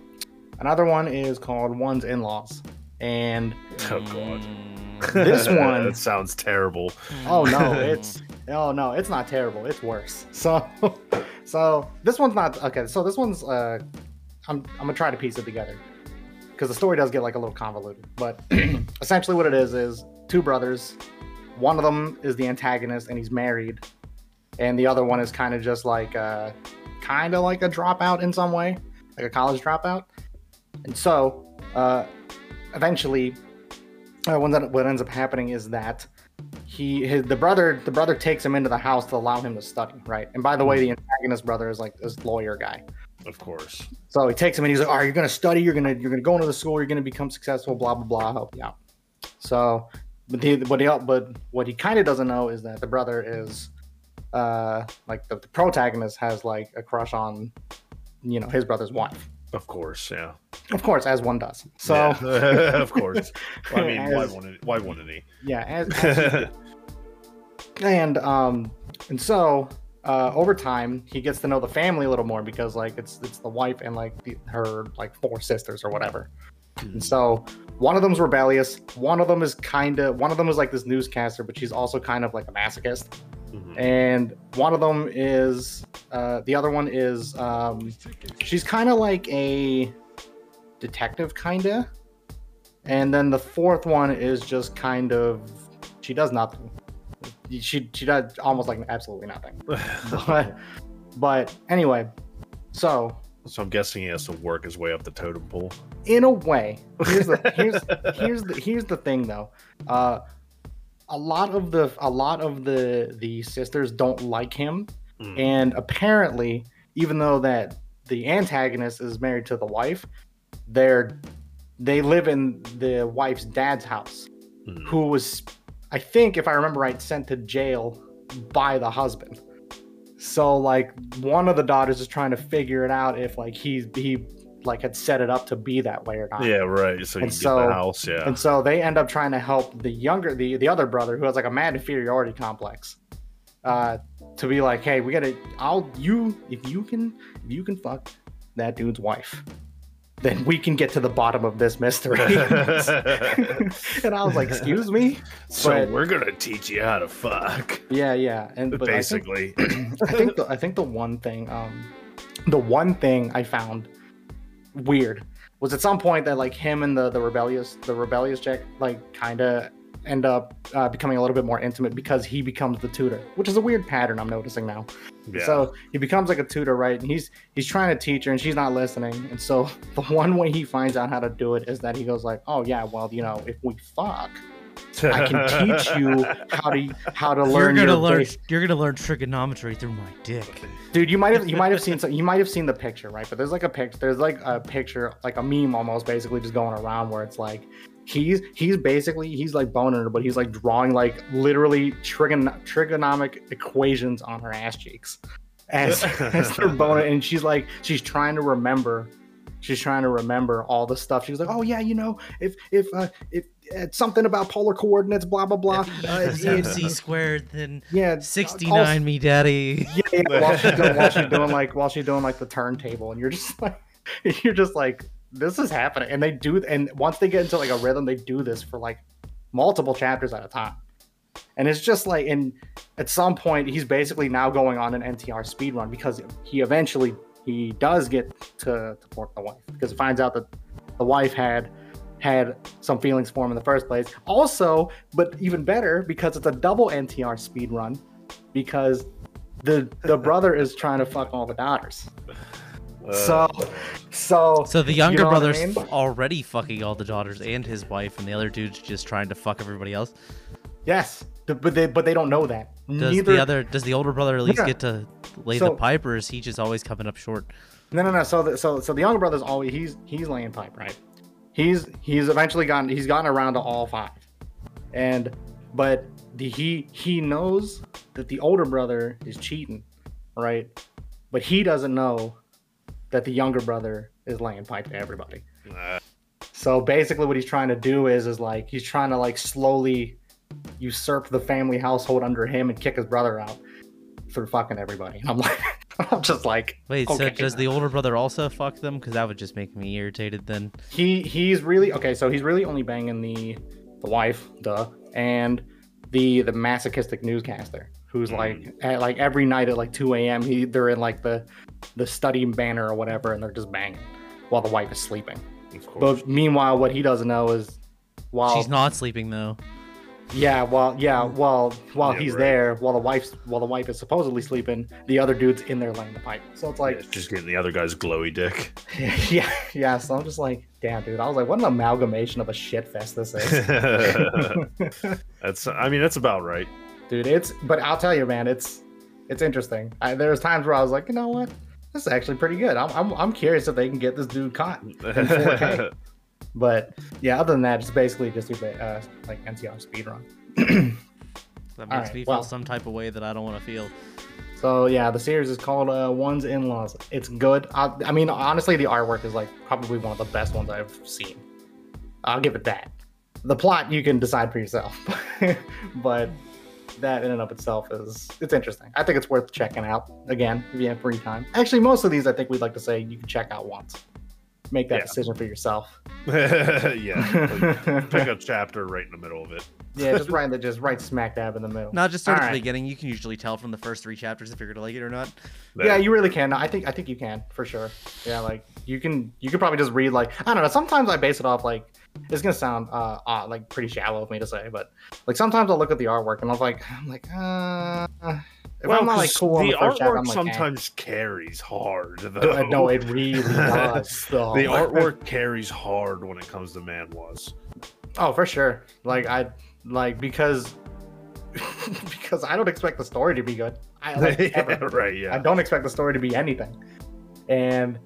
[SPEAKER 5] another one is called one's in-laws and
[SPEAKER 7] Oh God.
[SPEAKER 6] Mm.
[SPEAKER 5] This one-
[SPEAKER 7] that sounds terrible.
[SPEAKER 5] Oh no, it's oh no, it's not terrible. It's worse. So, so this one's not okay. So this one's uh, I'm I'm gonna try to piece it together because the story does get like a little convoluted. But essentially, what it is is two brothers. One of them is the antagonist, and he's married, and the other one is kind of just like uh, kind of like a dropout in some way, like a college dropout. And so, uh, eventually, uh, what ends- what ends up happening is that he his, the brother the brother takes him into the house to allow him to study right and by the way the antagonist brother is like this lawyer guy
[SPEAKER 7] Of course.
[SPEAKER 5] so he takes him and he's like all right you're gonna study you're gonna you're gonna go into the school you're gonna become successful blah blah blah I'll help you out so but he but, he, but what he kind of doesn't know is that the brother is uh like the, the protagonist has like a crush on you know his brother's wife
[SPEAKER 7] Of course. Yeah.
[SPEAKER 5] of course as one does so
[SPEAKER 7] Yeah. of course. Well, I mean, why
[SPEAKER 5] As-
[SPEAKER 7] wouldn't why wouldn't he?
[SPEAKER 5] yeah as, as and um and so uh over time he gets to know the family a little more because like it's it's the wife and like the, her like four sisters or whatever And so one of them's rebellious. One of them is kind of. One of them is like this newscaster, but she's also kind of like a masochist.
[SPEAKER 7] Mhm.
[SPEAKER 5] And one of them is. Uh, the other one is. Um, she's kind of like a detective, kinda. And then the fourth one is just kind of. She does nothing. She she does almost like absolutely nothing.
[SPEAKER 7] Mm-hmm.
[SPEAKER 5] but, but anyway, so
[SPEAKER 7] So I'm guessing he has to work his way up the totem pole.
[SPEAKER 5] in a way here's the here's here's the here's the thing though uh a lot of the a lot of the the sisters don't like him
[SPEAKER 7] Mm.
[SPEAKER 5] and apparently even though that the antagonist is married to the wife they're they live in the wife's dad's house
[SPEAKER 7] Mm.
[SPEAKER 5] who was i think if i remember right sent to jail by the husband so like one of the daughters is trying to figure it out if like he's he like had set it up to be that way or not
[SPEAKER 7] Yeah, right. So you
[SPEAKER 5] And
[SPEAKER 7] get
[SPEAKER 5] so-
[SPEAKER 7] the house, yeah.
[SPEAKER 5] and so they end up trying to help the younger, the the other brother who has like a mad inferiority complex, uh, to be like, hey, we gotta, I'll you if you can if you can fuck that dude's wife, then we can get to the bottom of this mystery. and I was like, excuse me,
[SPEAKER 7] so
[SPEAKER 5] but-
[SPEAKER 7] we're gonna teach you how to fuck,
[SPEAKER 5] yeah, yeah, and but I think-
[SPEAKER 7] basically.
[SPEAKER 5] I think the, I think the one thing um the one thing I found weird was at some point that like him and the the rebellious the rebellious chick like kind of end up uh, becoming a little bit more intimate because he becomes the tutor, which is a weird pattern I'm noticing now.
[SPEAKER 7] yeah.
[SPEAKER 5] So he becomes like a tutor, right? And he's he's trying to teach her, and she's not listening. And so the one way he finds out how to do it is that he goes like, "Oh yeah, well you know if we fuck, I can teach you how to how to
[SPEAKER 6] You're
[SPEAKER 5] learn
[SPEAKER 6] gonna
[SPEAKER 5] your
[SPEAKER 6] learn.
[SPEAKER 5] base-
[SPEAKER 6] You're gonna learn trigonometry through my dick.
[SPEAKER 5] Dude, you might have you might have seen some, you might have seen the picture, right? But there's like a picture, there's like a picture, like a meme almost, basically just going around where it's like he's he's basically he's like boning her, but he's like drawing like literally trigon trigonomic equations on her ass cheeks as as they're boning, and she's like she's trying to remember. She's trying to remember all the stuff. She was like, "Oh yeah, you know, if if uh, if it's something about polar coordinates, blah blah blah." Uh,
[SPEAKER 6] If
[SPEAKER 5] it's,
[SPEAKER 6] you
[SPEAKER 5] it's,
[SPEAKER 6] MC squared, then
[SPEAKER 5] yeah, uh, it's-
[SPEAKER 6] sixty-nine, me daddy.
[SPEAKER 5] yeah, yeah, while she's doing, while she's doing like while she's doing like the turntable, and you're just like, you're just like, this is happening. And they do, and once they get into like a rhythm, they do this for like multiple chapters at a time. And it's just like, and at some point, he's basically now going on an NTR speed run because he eventually he does get to to fork the wife because it finds out that the wife had had some feelings for him in the first place. Also, but even better because it's a double NTR speed run because the the brother is trying to fuck all the daughters.
[SPEAKER 7] Uh,
[SPEAKER 5] so so
[SPEAKER 6] So the younger
[SPEAKER 5] know what I
[SPEAKER 6] brother's
[SPEAKER 5] mean?
[SPEAKER 6] already fucking all the daughters and his wife, and the other dude's just trying to fuck everybody else.
[SPEAKER 5] yes, th- but they but they don't know that.
[SPEAKER 6] Does
[SPEAKER 5] Neither
[SPEAKER 6] the other? Does the older brother at least
[SPEAKER 5] Yeah.
[SPEAKER 6] get to lay
[SPEAKER 5] So-
[SPEAKER 6] the pipe, or is he just always coming up short?
[SPEAKER 5] No, no, no. So, the, so, so the younger brother's always he's he's laying pipe, right? He's he's eventually gotten he's gotten around to all five, and but the, he he knows that the older brother is cheating, right? But he doesn't know that the younger brother is laying pipe to everybody.
[SPEAKER 7] uh,
[SPEAKER 5] So basically, what he's trying to do is is like he's trying to like slowly usurp the family household under him and kick his brother out through fucking everybody. And I'm like, I'm just like,
[SPEAKER 6] Wait, so
[SPEAKER 5] Okay.
[SPEAKER 6] does the older brother also fuck them? Because that would just make me irritated. Then
[SPEAKER 5] he he's really okay so he's really only banging the the wife duh and the the masochistic newscaster who's
[SPEAKER 7] Mm.
[SPEAKER 5] like at like every night at like 2 a.m he they're in like the the study banner or whatever and they're just banging while the wife is sleeping
[SPEAKER 7] of course.
[SPEAKER 5] but meanwhile what he doesn't know is while
[SPEAKER 6] she's not sleeping though.
[SPEAKER 5] yeah while yeah while while
[SPEAKER 7] Yeah,
[SPEAKER 5] he's
[SPEAKER 7] right.
[SPEAKER 5] there while the wife's while the wife is supposedly sleeping the other dude's in there laying the pipe so it's like
[SPEAKER 7] Yeah, just getting the other guy's glowy dick.
[SPEAKER 5] yeah yeah so i'm just like damn dude i was like what an amalgamation of a shit fest this is
[SPEAKER 7] that's. I mean, that's about right.
[SPEAKER 5] dude it's but i'll tell you man it's it's interesting I, there was times where i was like you know what this is actually pretty good i'm, I'm, I'm curious if they can get this dude caught 4K. but yeah other than that it's basically just uh, like ncr speedrun
[SPEAKER 6] That
[SPEAKER 5] All
[SPEAKER 6] makes
[SPEAKER 5] right,
[SPEAKER 6] me feel
[SPEAKER 5] well-
[SPEAKER 6] some type of way that I don't want to feel.
[SPEAKER 5] so yeah the series is called uh, one's in-laws it's good I, I mean honestly the artwork is like probably one of the best ones i've seen i'll give it that the plot you can decide for yourself but that in and of itself is it's interesting i think it's worth checking out again if you have free time actually most of these i think we'd like to say you can check out once make that
[SPEAKER 7] Yeah.
[SPEAKER 5] decision for yourself.
[SPEAKER 7] yeah, like, pick a chapter right in the middle of it.
[SPEAKER 5] Yeah, just right in the just right smack dab in the middle.
[SPEAKER 6] No, just start at
[SPEAKER 5] All
[SPEAKER 6] the
[SPEAKER 5] right.
[SPEAKER 6] beginning. You can usually tell from the first three chapters if you're gonna like it or not.
[SPEAKER 5] Yeah,
[SPEAKER 7] There.
[SPEAKER 5] you really can. I think I think you can for sure. Yeah, like you can you could probably just read like I don't know. Sometimes I base it off like it's gonna sound uh, odd, like pretty shallow of me to say, but like sometimes I'll look at the artwork and I'm like I'm like uh if
[SPEAKER 7] well,
[SPEAKER 5] I'm not
[SPEAKER 7] 'cause
[SPEAKER 5] like cool on
[SPEAKER 7] the,
[SPEAKER 5] the first
[SPEAKER 7] artwork
[SPEAKER 5] chapter, I'm like sometimes
[SPEAKER 7] sometimes carries hard. Though.
[SPEAKER 5] eh. no, it really does. though.
[SPEAKER 7] the artwork carries hard when it comes to manwas.
[SPEAKER 5] Oh, for sure. Like I like because because I don't expect the story to be good. I like, ever.
[SPEAKER 7] yeah, right?
[SPEAKER 5] I
[SPEAKER 7] Yeah.
[SPEAKER 5] don't expect the story to be anything. And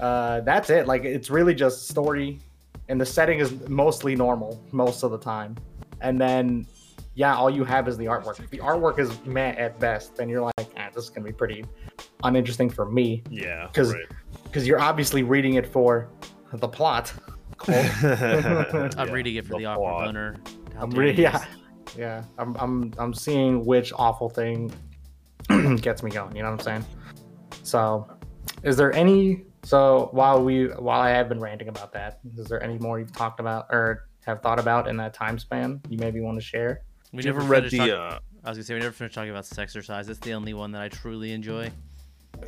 [SPEAKER 5] uh, that's it. Like it's really just story, and the setting is mostly normal most of the time. And then, yeah, all you have is the artwork. If the artwork is meh at best, then you're like, ah, this is gonna be pretty uninteresting for me
[SPEAKER 7] Yeah.
[SPEAKER 5] 'Cause- because you're obviously reading it for the plot. quote.
[SPEAKER 7] right.
[SPEAKER 6] I'm
[SPEAKER 7] Yeah,
[SPEAKER 6] reading it for the, awkward
[SPEAKER 7] plot.
[SPEAKER 6] boner. How
[SPEAKER 5] I'm
[SPEAKER 6] dare
[SPEAKER 5] really,
[SPEAKER 6] you.
[SPEAKER 5] yeah, yeah. I'm, I'm, I'm seeing which awful thing gets me going. You know what I'm saying? So, is there any? So while we, while I have been ranting about that, is there any more you've talked about or have thought about in that time span? You maybe want to share.
[SPEAKER 6] We
[SPEAKER 7] Did you
[SPEAKER 6] never
[SPEAKER 7] ever read
[SPEAKER 6] finished
[SPEAKER 7] the?
[SPEAKER 6] talk-
[SPEAKER 7] Uh,
[SPEAKER 6] I was gonna say we never finished talking about sex exercise. That's the only one that I truly enjoy.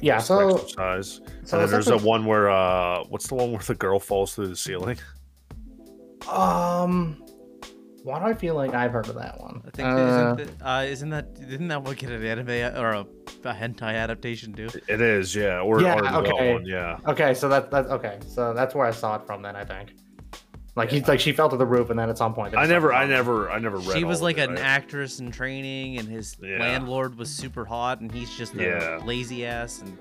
[SPEAKER 5] Yeah. So,
[SPEAKER 7] exercise.
[SPEAKER 5] so
[SPEAKER 7] and then there's
[SPEAKER 5] essentially-
[SPEAKER 7] that one where uh, what's the one where the girl falls through the ceiling?
[SPEAKER 5] um. Why do I feel like I've heard of that one?
[SPEAKER 6] I think
[SPEAKER 5] Uh,
[SPEAKER 6] isn't, that, uh, isn't that didn't that one get an anime or a, a hentai adaptation too?
[SPEAKER 7] It is, yeah, or
[SPEAKER 5] Yeah,
[SPEAKER 7] or the
[SPEAKER 5] okay.
[SPEAKER 7] one, yeah.
[SPEAKER 5] Okay, so that's that's okay. So that's where I saw it from. Then I think, like he's like she fell to the roof, and then at some point
[SPEAKER 7] I never, I never, I never read.
[SPEAKER 6] She
[SPEAKER 7] all
[SPEAKER 6] was
[SPEAKER 7] of
[SPEAKER 6] like
[SPEAKER 7] it,
[SPEAKER 6] an
[SPEAKER 7] I-
[SPEAKER 6] actress in training, and his
[SPEAKER 7] Yeah.
[SPEAKER 6] landlord was super hot, and he's just a
[SPEAKER 7] Yeah.
[SPEAKER 6] lazy ass. And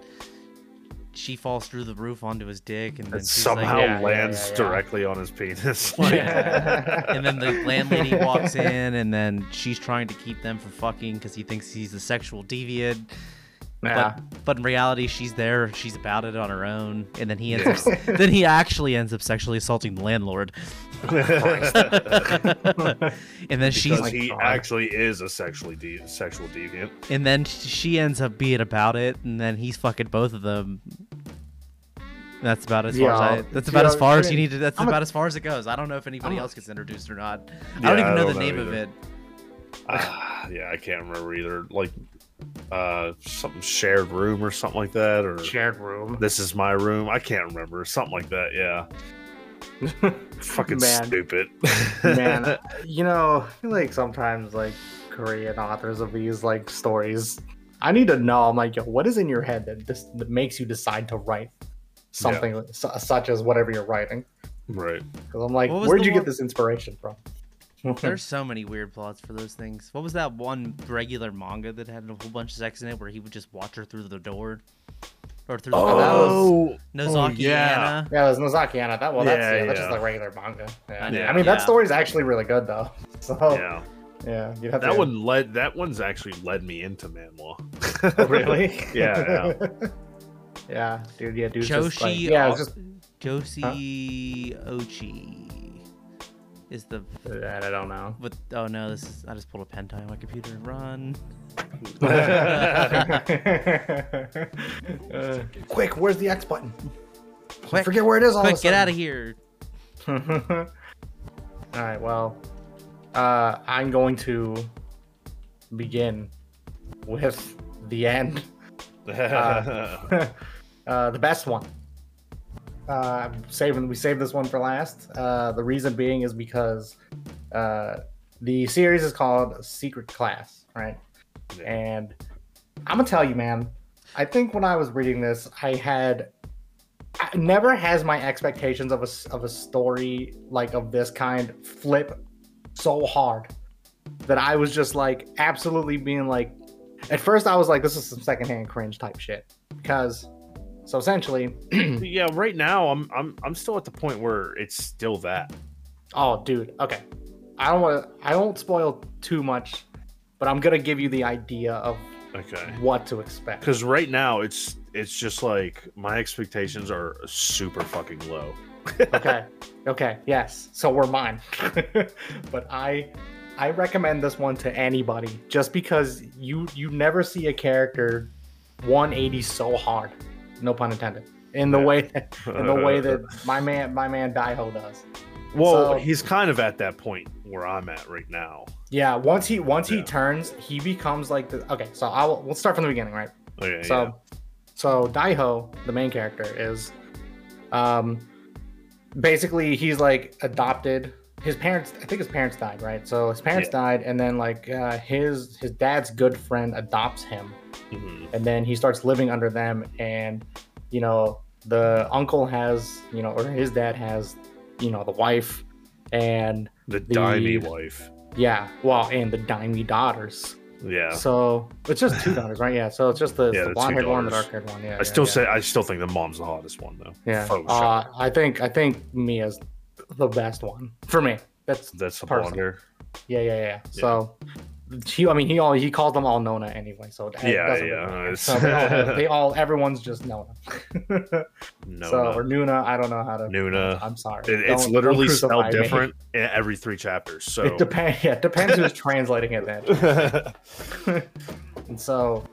[SPEAKER 6] she falls through the roof onto his dick, and then
[SPEAKER 7] It
[SPEAKER 6] she's
[SPEAKER 7] somehow
[SPEAKER 6] like,
[SPEAKER 5] Yeah, yeah,
[SPEAKER 7] lands
[SPEAKER 5] yeah, yeah.
[SPEAKER 7] directly on his penis. Like,
[SPEAKER 5] Yeah.
[SPEAKER 6] and then the landlady walks in, and then she's trying to keep them from fucking because he thinks he's a sexual deviant.
[SPEAKER 5] Yeah.
[SPEAKER 6] But, but in reality, she's there. She's about it on her own, and then he ends
[SPEAKER 7] Yeah.
[SPEAKER 6] up. then he actually ends up sexually assaulting the landlord. and then she's
[SPEAKER 7] because
[SPEAKER 5] like,
[SPEAKER 7] he
[SPEAKER 5] God.
[SPEAKER 7] actually is a sexually de- sexual deviant.
[SPEAKER 6] and then sh- she ends up being about it, and then he's fucking both of them. That's about as far
[SPEAKER 5] Yeah.
[SPEAKER 6] as I, that's about as
[SPEAKER 5] Yeah,
[SPEAKER 6] far as you
[SPEAKER 5] Trin-
[SPEAKER 6] need to. That's
[SPEAKER 5] I'm a-
[SPEAKER 6] about as far as it goes. I don't know if anybody
[SPEAKER 5] I'm a-
[SPEAKER 6] else gets introduced or not. I
[SPEAKER 7] Yeah,
[SPEAKER 6] don't even
[SPEAKER 7] I
[SPEAKER 6] know
[SPEAKER 7] don't
[SPEAKER 6] the
[SPEAKER 7] know
[SPEAKER 6] name of
[SPEAKER 7] either.
[SPEAKER 6] it.
[SPEAKER 7] Ah, yeah, I can't remember either. Like, uh, something shared room or something like that, or
[SPEAKER 5] shared room.
[SPEAKER 7] this is my room. I can't remember something like that. Yeah, fucking
[SPEAKER 5] Man.
[SPEAKER 7] stupid.
[SPEAKER 5] Man, you know, I feel like sometimes like Korean authors of these like stories, I need to know. I'm like, yo, what is in your head that this that makes you decide to write something su- such as whatever you're writing?
[SPEAKER 7] right.
[SPEAKER 5] Because I'm like,
[SPEAKER 6] What was
[SPEAKER 5] where'd
[SPEAKER 6] the
[SPEAKER 5] you
[SPEAKER 6] one-
[SPEAKER 5] get this inspiration from?
[SPEAKER 6] There's so many weird plots for those things. What was that one regular manga that had a whole bunch of sex in it where he would just watch her through the door? Or through the
[SPEAKER 5] Oh,
[SPEAKER 6] Nozaki
[SPEAKER 7] yeah.
[SPEAKER 6] Anna.
[SPEAKER 5] yeah, there's Nozaki Anna. That well, that's
[SPEAKER 7] Yeah,
[SPEAKER 5] yeah, that's just
[SPEAKER 7] yeah.
[SPEAKER 5] like regular manga. Yeah,
[SPEAKER 6] I
[SPEAKER 5] I,
[SPEAKER 6] know,
[SPEAKER 5] mean
[SPEAKER 6] yeah.
[SPEAKER 5] that story's actually really good though. So yeah,
[SPEAKER 7] yeah,
[SPEAKER 5] you'd have
[SPEAKER 7] that
[SPEAKER 5] to
[SPEAKER 7] one led. That one's actually led me into manhwa.
[SPEAKER 5] Oh, really.
[SPEAKER 7] Yeah,
[SPEAKER 5] yeah, dude. Yeah, dude.
[SPEAKER 6] Joshi.
[SPEAKER 5] Just like, yeah, it's just
[SPEAKER 6] Joshi Ochi is the
[SPEAKER 5] that I don't know.
[SPEAKER 6] with oh no this is I just pulled a pen tie on my computer run
[SPEAKER 5] Quick, where's the X button? I
[SPEAKER 6] quick
[SPEAKER 5] forget where it is. All
[SPEAKER 6] quick get out of here
[SPEAKER 5] here. all right. Well, uh, I'm going to begin with the end.
[SPEAKER 7] yeah.
[SPEAKER 5] uh, the best one. Uh, I'm saving we saved this one for last. Uh, the reason being is because uh, the series is called Secret Class, right?
[SPEAKER 7] Yeah.
[SPEAKER 5] And I'm gonna tell you, man. I think when I was reading this, I had I, never has my expectations of a s- of a story like of this kind flip so hard that I was just like absolutely being like. At first, I was like, "This is some secondhand cringe type shit," because so essentially,
[SPEAKER 7] yeah, right now I'm I'm I'm still at the point where it's still that.
[SPEAKER 5] oh, dude, okay. I don't want to. I don't spoil too much, but I'm gonna give you the idea of
[SPEAKER 7] Okay.
[SPEAKER 5] what to expect.
[SPEAKER 7] Cuz right now it's it's just like my expectations are super fucking low.
[SPEAKER 5] okay okay yes so we're mine but i i recommend this one to anybody just because you you never see a character 180 so hard no pun intended in the
[SPEAKER 7] Yeah.
[SPEAKER 5] way that, in the way that my man my man Daiho does. So-
[SPEAKER 7] Well, he's kind of at that point where I'm at right now.
[SPEAKER 5] Yeah, once he once he
[SPEAKER 7] Yeah.
[SPEAKER 5] turns, he becomes like the okay. So I will we'll start from the beginning, right?
[SPEAKER 7] Okay,
[SPEAKER 5] so so Daiho, the main character, is um basically he's like adopted. His parents, I think his parents died, right? So his parents died, and then like uh, his his dad's good friend adopts him,
[SPEAKER 7] yeah. Mhm.
[SPEAKER 5] and then he starts living under them and you know the uncle has you know or his dad has you know the wife and
[SPEAKER 7] the
[SPEAKER 5] The-
[SPEAKER 7] dimey wife.
[SPEAKER 5] yeah well and the dimey daughters
[SPEAKER 7] Yeah,
[SPEAKER 5] so it's just two daughters right yeah so it's just the,
[SPEAKER 7] Yeah, the
[SPEAKER 5] the
[SPEAKER 7] two
[SPEAKER 5] blonde haired one the
[SPEAKER 7] daughters.
[SPEAKER 5] dark haired one yeah
[SPEAKER 7] I still say I still think the mom's the hottest one though.
[SPEAKER 5] yeah uh,
[SPEAKER 7] Photoshop.
[SPEAKER 5] i think i think mia's the best one for me that's
[SPEAKER 7] That's the
[SPEAKER 5] personal.
[SPEAKER 7] blonde hair.
[SPEAKER 5] yeah yeah yeah, so he, I mean, he all he calls them all Nona anyway, so it
[SPEAKER 7] Yeah,
[SPEAKER 5] doesn't
[SPEAKER 7] yeah,
[SPEAKER 5] really matter.
[SPEAKER 7] it's-
[SPEAKER 5] So they, all have- they all, everyone's just Nona.
[SPEAKER 7] No,
[SPEAKER 5] so or Nuna, I don't know how to.
[SPEAKER 7] Nuna.
[SPEAKER 5] I'm sorry.
[SPEAKER 7] It- it's
[SPEAKER 5] Don't-
[SPEAKER 7] literally
[SPEAKER 5] don't
[SPEAKER 7] spelled
[SPEAKER 5] crucify me.
[SPEAKER 7] different in every three chapters. So
[SPEAKER 5] It depends. Yeah, it depends who's translating it then. And so,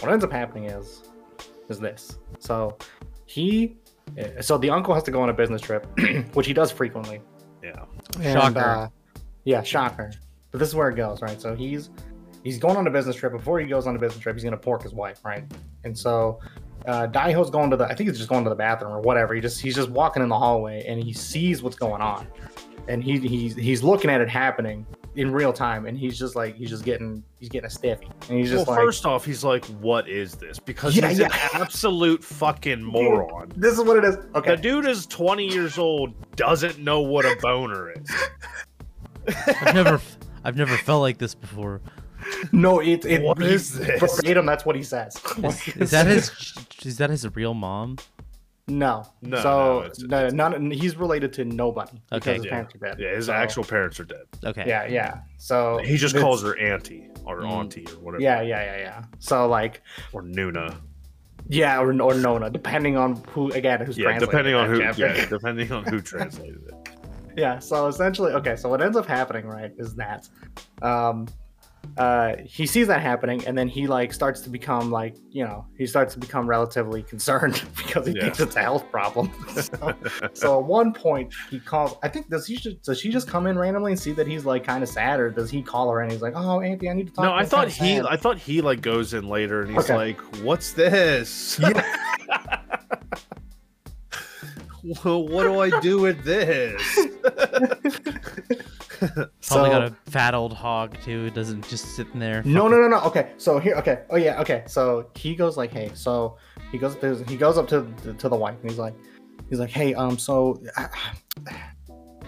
[SPEAKER 5] what ends up happening is, is this. So, he, eh, so the uncle has to go on a business trip, which he does frequently.
[SPEAKER 7] yeah,
[SPEAKER 6] Shocker.
[SPEAKER 7] uh,
[SPEAKER 5] yeah, shocker. But this is where it goes, right? So he's he's going on a business trip. Before he goes on a business trip, he's gonna pork his wife, right? And so uh Daiho's going to the I think he's just going to the bathroom or whatever. He just he's just walking in the hallway and he sees what's going on. And he he's he's looking at it happening in real time and he's just like he's just getting he's getting a stiffy. And he's
[SPEAKER 7] well,
[SPEAKER 5] just like
[SPEAKER 7] first off, he's like, "What is this?" Because
[SPEAKER 5] Yeah,
[SPEAKER 7] he's
[SPEAKER 5] yeah.
[SPEAKER 7] an absolute fucking moron.
[SPEAKER 5] this is what it is. Okay.
[SPEAKER 7] The dude is 20 years old, doesn't know what a boner is.
[SPEAKER 6] I've never, I've never felt like this before.
[SPEAKER 5] No, it it
[SPEAKER 7] What is
[SPEAKER 5] he's-
[SPEAKER 7] this?
[SPEAKER 5] verbatim that's what he says.
[SPEAKER 6] Is, is that his? Is that his real mom?
[SPEAKER 5] No.
[SPEAKER 7] No, no,
[SPEAKER 5] So
[SPEAKER 7] it's-
[SPEAKER 5] no, none, he's related to nobody. because
[SPEAKER 6] Okay.
[SPEAKER 5] his
[SPEAKER 7] Yeah.
[SPEAKER 5] parents are dead.
[SPEAKER 7] Yeah, his
[SPEAKER 5] So-
[SPEAKER 7] actual parents are dead.
[SPEAKER 6] Okay.
[SPEAKER 5] Yeah, yeah. So
[SPEAKER 7] He just
[SPEAKER 5] it's-
[SPEAKER 7] calls her auntie or
[SPEAKER 6] Mm.
[SPEAKER 7] auntie or whatever.
[SPEAKER 5] Yeah, yeah, yeah, yeah. So like,
[SPEAKER 7] Or Nuna.
[SPEAKER 5] yeah, or, or Nona, depending on who again who's
[SPEAKER 7] Yeah,
[SPEAKER 5] translating
[SPEAKER 7] depending on who.
[SPEAKER 5] that chapter.
[SPEAKER 7] Yeah, depending on who translated it.
[SPEAKER 5] yeah so essentially okay so what ends up happening right is that um uh he sees that happening and then he like starts to become like you know he starts to become relatively concerned because he
[SPEAKER 7] Yeah.
[SPEAKER 5] thinks it's a health problem so, so at one point he calls i think does he just does she just come in randomly and see that he's like kind of sad or does he call her and he's like oh auntie i need to talk
[SPEAKER 7] No,
[SPEAKER 5] to
[SPEAKER 7] I
[SPEAKER 5] you,
[SPEAKER 7] thought
[SPEAKER 5] I'm
[SPEAKER 7] he.
[SPEAKER 5] kinda
[SPEAKER 7] I thought he like goes in later and he's
[SPEAKER 5] Okay.
[SPEAKER 7] like, "What's this? well, what do I do with this?"
[SPEAKER 5] sad."
[SPEAKER 6] Probably
[SPEAKER 5] So- Mm,
[SPEAKER 6] got a fat old hog too. It doesn't just sitting there.
[SPEAKER 5] No, no, no, no. Okay, so here, okay, oh yeah, okay. So he goes like, hey, so he goes up to he goes up to to the wife and he's like, he's like, hey, um, so I,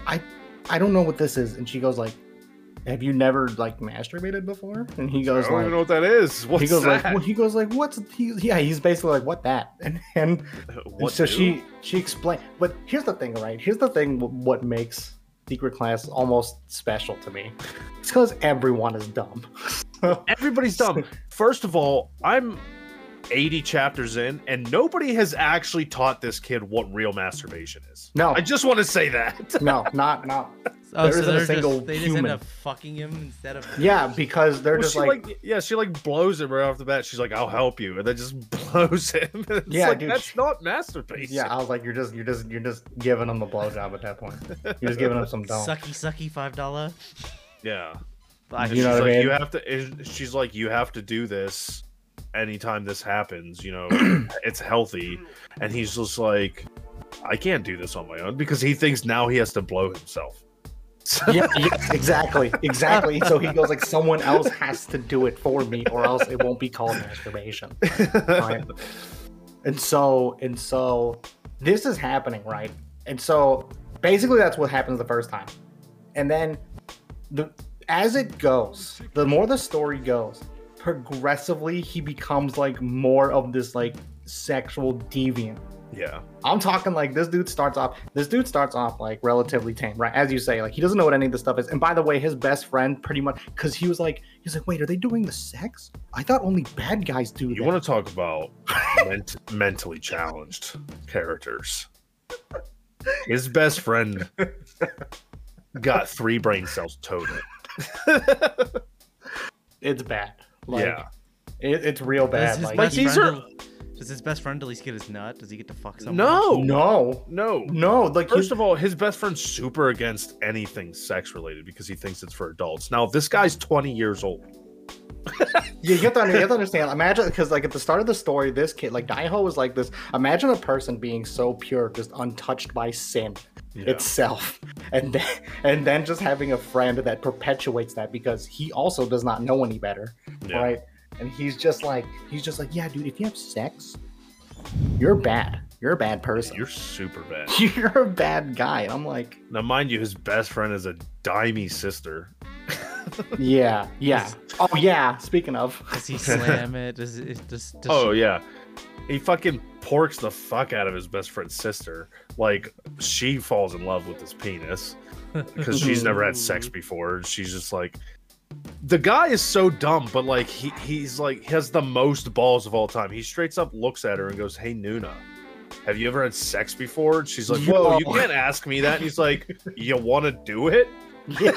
[SPEAKER 5] I, I don't know what this is, and she goes like, have you never like masturbated before? And he
[SPEAKER 7] I
[SPEAKER 5] goes
[SPEAKER 7] don't
[SPEAKER 5] like.
[SPEAKER 7] even know what that is. What's
[SPEAKER 5] he goes
[SPEAKER 7] that?
[SPEAKER 5] like well, he goes like what's he, yeah he's basically like what that and, and
[SPEAKER 7] What
[SPEAKER 5] so
[SPEAKER 7] do?
[SPEAKER 5] she she explained but here's the thing right here's the thing wh- what makes secret class almost special to me it's because everyone is dumb
[SPEAKER 7] Everybody's dumb. First of all, I'm 80 chapters in, and nobody has actually taught this kid what real masturbation is.
[SPEAKER 5] no
[SPEAKER 7] I just want to say that.
[SPEAKER 5] no, not not.
[SPEAKER 6] Oh,
[SPEAKER 5] There
[SPEAKER 6] so
[SPEAKER 5] isn't a
[SPEAKER 6] they're
[SPEAKER 5] single
[SPEAKER 6] just, they just
[SPEAKER 5] human.
[SPEAKER 6] end up fucking him instead of.
[SPEAKER 5] Yeah, because they're
[SPEAKER 7] Well,
[SPEAKER 5] just
[SPEAKER 7] she
[SPEAKER 5] like,
[SPEAKER 7] like, yeah, she like blows him right off the bat. She's like, "I'll help you," and then just blows him. And it's
[SPEAKER 5] Yeah,
[SPEAKER 7] like,
[SPEAKER 5] dude,
[SPEAKER 7] that's
[SPEAKER 5] she-
[SPEAKER 7] not masturbation.
[SPEAKER 5] yeah. I was like, you're just you're just you're just giving them the blowjob at that point. You're just giving them some dome.
[SPEAKER 6] Sucky, sucky, five dollar.
[SPEAKER 7] yeah.
[SPEAKER 5] You
[SPEAKER 7] And
[SPEAKER 5] know
[SPEAKER 7] she's
[SPEAKER 5] what I
[SPEAKER 7] like,
[SPEAKER 5] mean?
[SPEAKER 7] You have to. and She's like, you have to do this anytime this happens. You know, it's healthy. And he's just like, I can't do this on my own because he thinks now he has to blow himself.
[SPEAKER 5] yeah, yeah, exactly, exactly. So he goes like, someone else has to do it for me, or else it won't be called masturbation. Right? And so and so, this is happening, right? And so basically, that's what happens the first time, and then the as it goes, the more the story goes, progressively he becomes like more of this like sexual deviant
[SPEAKER 7] yeah.
[SPEAKER 5] I'm talking like this dude starts off. This dude starts off like relatively tame, right? As you say, like he doesn't know what any of this stuff is. And by the way, his best friend pretty much because he was like, he's like, wait, are they doing the sex? I thought only bad guys do
[SPEAKER 7] You
[SPEAKER 5] that.
[SPEAKER 7] want to talk about ment- mentally challenged characters? His best friend got three brain cells total.
[SPEAKER 5] it's bad. Like,
[SPEAKER 7] yeah,
[SPEAKER 5] it, it's real bad.
[SPEAKER 6] his
[SPEAKER 5] Like,
[SPEAKER 7] like
[SPEAKER 6] best
[SPEAKER 7] these
[SPEAKER 6] friend
[SPEAKER 7] are
[SPEAKER 6] a- Does his best friend at least get his nut? Does he get to fuck someone?
[SPEAKER 7] No,
[SPEAKER 5] No,
[SPEAKER 7] no,
[SPEAKER 5] no. Like
[SPEAKER 7] First
[SPEAKER 5] he's
[SPEAKER 7] of all, his best friend's super against anything sex related because he thinks it's for adults. Now, if this guy's 20 years old,
[SPEAKER 5] Yeah, you have to, under- you have to understand. Imagine, because like at the start of the story, this kid, like Daiho, was like this. Imagine a person being so pure, just untouched by sin itself, and then and then just having a friend that perpetuates that because he also does not know any better,
[SPEAKER 7] Yeah.
[SPEAKER 5] right? And he's just like, he's just like, yeah, dude, if you have sex, you're bad. You're a bad person.
[SPEAKER 7] you're super bad.
[SPEAKER 5] You're, a bad guy. And I'm like,
[SPEAKER 7] Now, mind you, his best friend is a dimey sister.
[SPEAKER 5] yeah, yeah. Oh yeah. Speaking of,
[SPEAKER 6] Does he slam it? Does it does, does
[SPEAKER 7] Oh
[SPEAKER 6] she-
[SPEAKER 7] yeah, he fucking porks the fuck out of his best friend's sister. Like she falls in love with his penis because she's never had sex before. And she's just like, the guy is so dumb, but like he he's like he has the most balls of all time. He straight up looks at her and goes, "Hey Nuna." Have you ever had sex before? And she's like, Whoa, you
[SPEAKER 5] Yo.
[SPEAKER 7] can't ask me that. And he's like, You want to do it?
[SPEAKER 5] Yeah,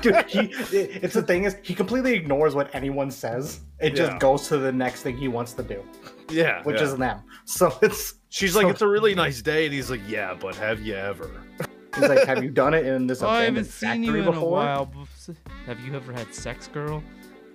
[SPEAKER 5] dude, he, it- it's the thing is he completely ignores what anyone says. It
[SPEAKER 7] Yeah.
[SPEAKER 5] just goes to the next thing he wants to do,
[SPEAKER 7] Yeah.
[SPEAKER 5] which
[SPEAKER 7] yeah.
[SPEAKER 5] is them. So it's
[SPEAKER 7] she's like,
[SPEAKER 5] so-
[SPEAKER 7] It's a really nice day. And he's like, Yeah, but have you ever?
[SPEAKER 5] he's like, have you done it in this
[SPEAKER 6] Oh, I haven't
[SPEAKER 5] abandoned
[SPEAKER 6] seen
[SPEAKER 5] factory
[SPEAKER 6] you in a
[SPEAKER 5] before?
[SPEAKER 6] while. Have you ever had sex, girl?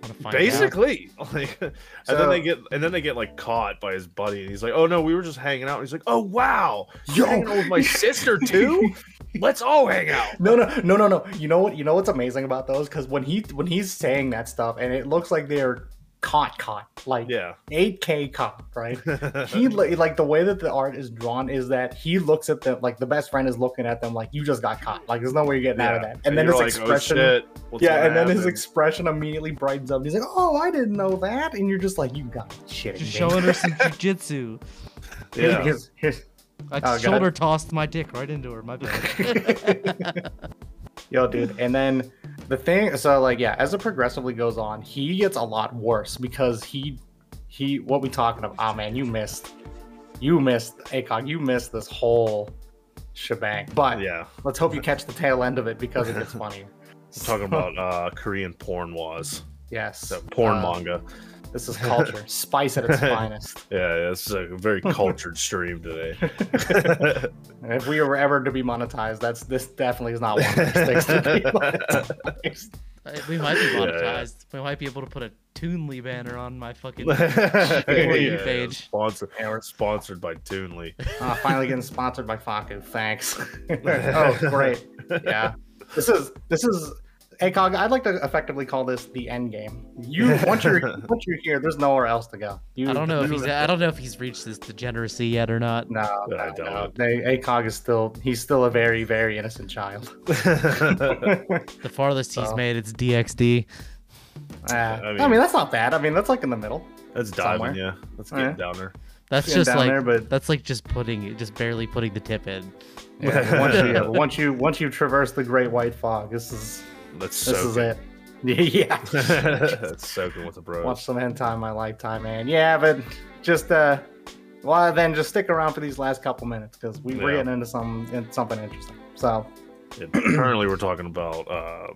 [SPEAKER 6] Wanna find out?
[SPEAKER 7] basically like and then they
[SPEAKER 5] So-
[SPEAKER 7] get and then they get like caught by his buddy and he's like oh no we were just hanging out and he's like oh wow
[SPEAKER 5] Yo.
[SPEAKER 7] you're hanging out with my sister too let's all hang out
[SPEAKER 5] No, no, no, no, no. You know what? You know what's amazing about those? Because when he when he's saying that stuff, and it looks like they're caught, caught, like
[SPEAKER 7] yeah
[SPEAKER 5] 8K caught, right? he li- like the way that the art is drawn is that he looks at them like the best friend is looking at them like you just got caught. Like there's no way you're getting out of
[SPEAKER 7] Yeah.
[SPEAKER 5] that. And then his
[SPEAKER 7] you're like, "Oh,
[SPEAKER 5] expression.
[SPEAKER 7] shit, what's
[SPEAKER 5] yeah,
[SPEAKER 7] gonna
[SPEAKER 5] and then his
[SPEAKER 7] happen?"
[SPEAKER 5] expression immediately brightens up. He's like, "Oh, I didn't know that," and you're just like, "You got shit."
[SPEAKER 1] Just showing her some jujitsu.
[SPEAKER 7] yeah.
[SPEAKER 1] I
[SPEAKER 5] go ahead.
[SPEAKER 1] shoulder tossed my dick right into her. My bad.
[SPEAKER 5] Yo, dude. And then the thing, so like, yeah, as it progressively goes on, he gets a lot worse because he, he, what we talking about? Oh man, you missed, you missed, Akon, you missed this whole shebang. But yeah.
[SPEAKER 7] yeah
[SPEAKER 5] let's hope you catch the tail end of it because it gets funnier.
[SPEAKER 7] I'm talking about uh korean porn was
[SPEAKER 5] yes,
[SPEAKER 7] so porn
[SPEAKER 5] Uh,
[SPEAKER 7] manga
[SPEAKER 5] This is culture, spice at its finest.
[SPEAKER 7] yeah yeah, this is a very cultured stream today
[SPEAKER 5] And if we were ever to be monetized, that's this definitely is not one of those things to be monetized.
[SPEAKER 1] Uh, we might be
[SPEAKER 7] Yeah, yeah.
[SPEAKER 1] monetized. We might be able to put a Toonly banner on my fucking.
[SPEAKER 7] Yeah,
[SPEAKER 1] page.
[SPEAKER 7] sponsored
[SPEAKER 5] Yeah, we're-
[SPEAKER 7] sponsored by Toonly.
[SPEAKER 5] Ah, finally getting sponsored by Faku. Thanks. oh, great. Yeah. This is this is ACOG, I'd like to effectively call this the end game. You once you're once you're here, there's nowhere else to go. You,
[SPEAKER 1] I don't know if
[SPEAKER 5] you-
[SPEAKER 1] he's. I don't know if he's reached this degeneracy yet or not.
[SPEAKER 5] no, no,
[SPEAKER 7] I
[SPEAKER 5] no.
[SPEAKER 7] don't.
[SPEAKER 5] They, ACOG is still he's still a very, very innocent child.
[SPEAKER 1] The farthest he's
[SPEAKER 5] Oh.
[SPEAKER 1] made, it's DXD.
[SPEAKER 5] Uh, I,
[SPEAKER 7] mean-
[SPEAKER 5] mean, that's not bad. I mean that's like in the middle.
[SPEAKER 7] That's
[SPEAKER 5] Somewhere.
[SPEAKER 7] diving, yeah. That's
[SPEAKER 5] Oh,
[SPEAKER 7] getting
[SPEAKER 5] yeah.
[SPEAKER 7] down there.
[SPEAKER 1] That's
[SPEAKER 5] Yeah,
[SPEAKER 1] just
[SPEAKER 5] down
[SPEAKER 1] like
[SPEAKER 5] there, but-
[SPEAKER 1] that's like just putting, just barely putting the tip in.
[SPEAKER 5] Yeah, once you yeah, once you once you traverse the great white fog, this is
[SPEAKER 7] That's so
[SPEAKER 5] this is
[SPEAKER 7] good.
[SPEAKER 5] it. Yeah.
[SPEAKER 7] That's soaking with the bros.
[SPEAKER 5] Watch some hentai in my lifetime, man. Yeah, but just uh, well, then just stick around for these last couple minutes because we we're
[SPEAKER 7] Yeah.
[SPEAKER 5] getting into some in- something interesting. So
[SPEAKER 7] And currently, we're talking about uh,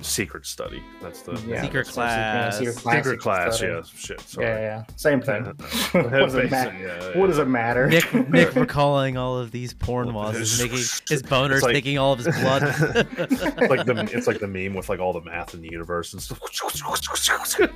[SPEAKER 7] secret study. That's the
[SPEAKER 5] yeah,
[SPEAKER 6] Secret
[SPEAKER 5] that's what I'm saying,
[SPEAKER 6] class.
[SPEAKER 7] secret class.
[SPEAKER 5] study.
[SPEAKER 7] Yeah, shit. Sorry. Uh,
[SPEAKER 5] yeah, yeah, same thing. what does it matter?
[SPEAKER 7] Basically, yeah,
[SPEAKER 5] What
[SPEAKER 7] yeah.
[SPEAKER 5] does it matter?
[SPEAKER 6] Nick, Nick recalling all of these porn walls is making his boners
[SPEAKER 7] It's like-
[SPEAKER 6] taking all of his blood.
[SPEAKER 7] It's like the it's like the meme with like all the math in the universe and stuff.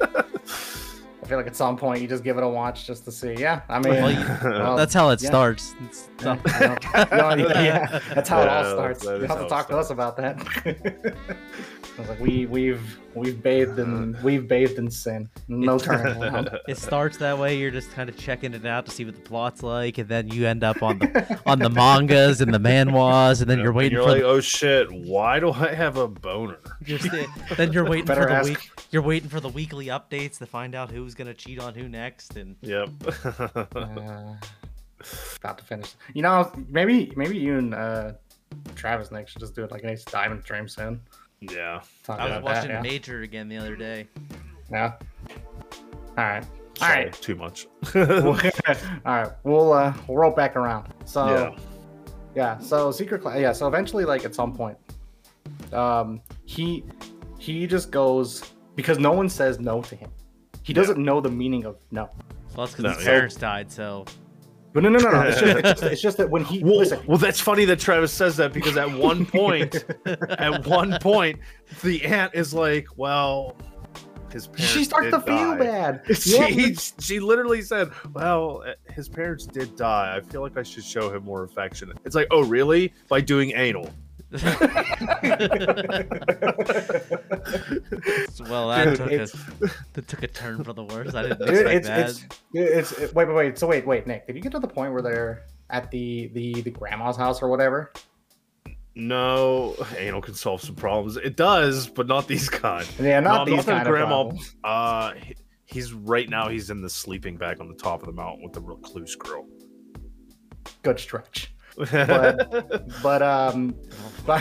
[SPEAKER 5] I feel like at some point you just give it a watch just to see. Yeah, I mean,
[SPEAKER 6] Well, you-
[SPEAKER 5] well,
[SPEAKER 6] That's how it
[SPEAKER 5] Yeah.
[SPEAKER 6] starts. It's
[SPEAKER 5] yeah,
[SPEAKER 6] not-
[SPEAKER 5] I don't- no, yeah, yeah, that's how it
[SPEAKER 7] Yeah,
[SPEAKER 5] all
[SPEAKER 7] that-
[SPEAKER 5] starts.
[SPEAKER 7] that
[SPEAKER 5] You
[SPEAKER 7] is
[SPEAKER 5] have
[SPEAKER 7] how
[SPEAKER 5] to
[SPEAKER 7] it
[SPEAKER 5] talk to us about that. I was like, we we've we've bathed
[SPEAKER 7] Uh.
[SPEAKER 5] in we've bathed in sin. No turning Uh, around.
[SPEAKER 6] It starts that way. You're just kind of checking it out to see what the plot's like, and then you end up on the on the mangas and the manwas, and then you're waiting
[SPEAKER 7] You're
[SPEAKER 6] for
[SPEAKER 7] like,
[SPEAKER 6] the,
[SPEAKER 7] oh shit, why do I have a boner?
[SPEAKER 6] you're sta- then you're waiting for
[SPEAKER 5] Better
[SPEAKER 6] the
[SPEAKER 5] ask-
[SPEAKER 6] week. You're waiting for the weekly updates to find out who's gonna cheat on who next, and
[SPEAKER 7] Yep.
[SPEAKER 5] uh, about to finish. You know, maybe maybe you and uh, Travis Nick should just do it like a nice diamond stream soon.
[SPEAKER 7] yeah.
[SPEAKER 5] Talk
[SPEAKER 6] I was
[SPEAKER 5] about
[SPEAKER 6] watching
[SPEAKER 5] that, yeah.
[SPEAKER 6] Major again the other day.
[SPEAKER 5] yeah. All right. All
[SPEAKER 7] Sorry,
[SPEAKER 5] right.
[SPEAKER 7] Too much.
[SPEAKER 5] All right. We'll uh, we'll roll back around. So
[SPEAKER 7] Yeah.
[SPEAKER 5] yeah. So secret class. Yeah. So eventually, like at some point, um, he he just goes because no one says no to him. He doesn't know the meaning of no.
[SPEAKER 6] Well, that's because
[SPEAKER 7] No,
[SPEAKER 6] his
[SPEAKER 7] yeah.
[SPEAKER 6] parents died, so
[SPEAKER 5] But no, no, no, no. It's just, it's just, it's just that when he
[SPEAKER 7] Well,
[SPEAKER 5] listen,
[SPEAKER 7] well, that's funny that Travis says that because at one point, at one point, the aunt is like, "Well, his parents."
[SPEAKER 5] she starts
[SPEAKER 7] did
[SPEAKER 5] to feel
[SPEAKER 7] die.
[SPEAKER 5] bad.
[SPEAKER 7] She she literally said, "Well, eh, his parents did die. I feel like I should show him more affection." It's like, "Oh, really?" By doing anal.
[SPEAKER 6] well that
[SPEAKER 7] Dude,
[SPEAKER 6] took
[SPEAKER 5] it's-
[SPEAKER 6] a that took a turn for the worse. I didn't
[SPEAKER 5] Dude,
[SPEAKER 6] expect
[SPEAKER 5] it's,
[SPEAKER 6] that.
[SPEAKER 5] it's it's it- wait wait wait so wait wait Nick did you get to the point where they're at the the the grandma's house or whatever
[SPEAKER 7] No, anal can solve some problems. It does, but not these kind.
[SPEAKER 5] yeah
[SPEAKER 7] No,
[SPEAKER 5] not
[SPEAKER 7] I'm
[SPEAKER 5] these
[SPEAKER 7] not the
[SPEAKER 5] kind of um,
[SPEAKER 7] grandma.
[SPEAKER 5] problems.
[SPEAKER 7] Uh, he- he's right now. He's in the sleeping bag on the top of the mountain with the recluse girl.
[SPEAKER 5] good stretch But- but um but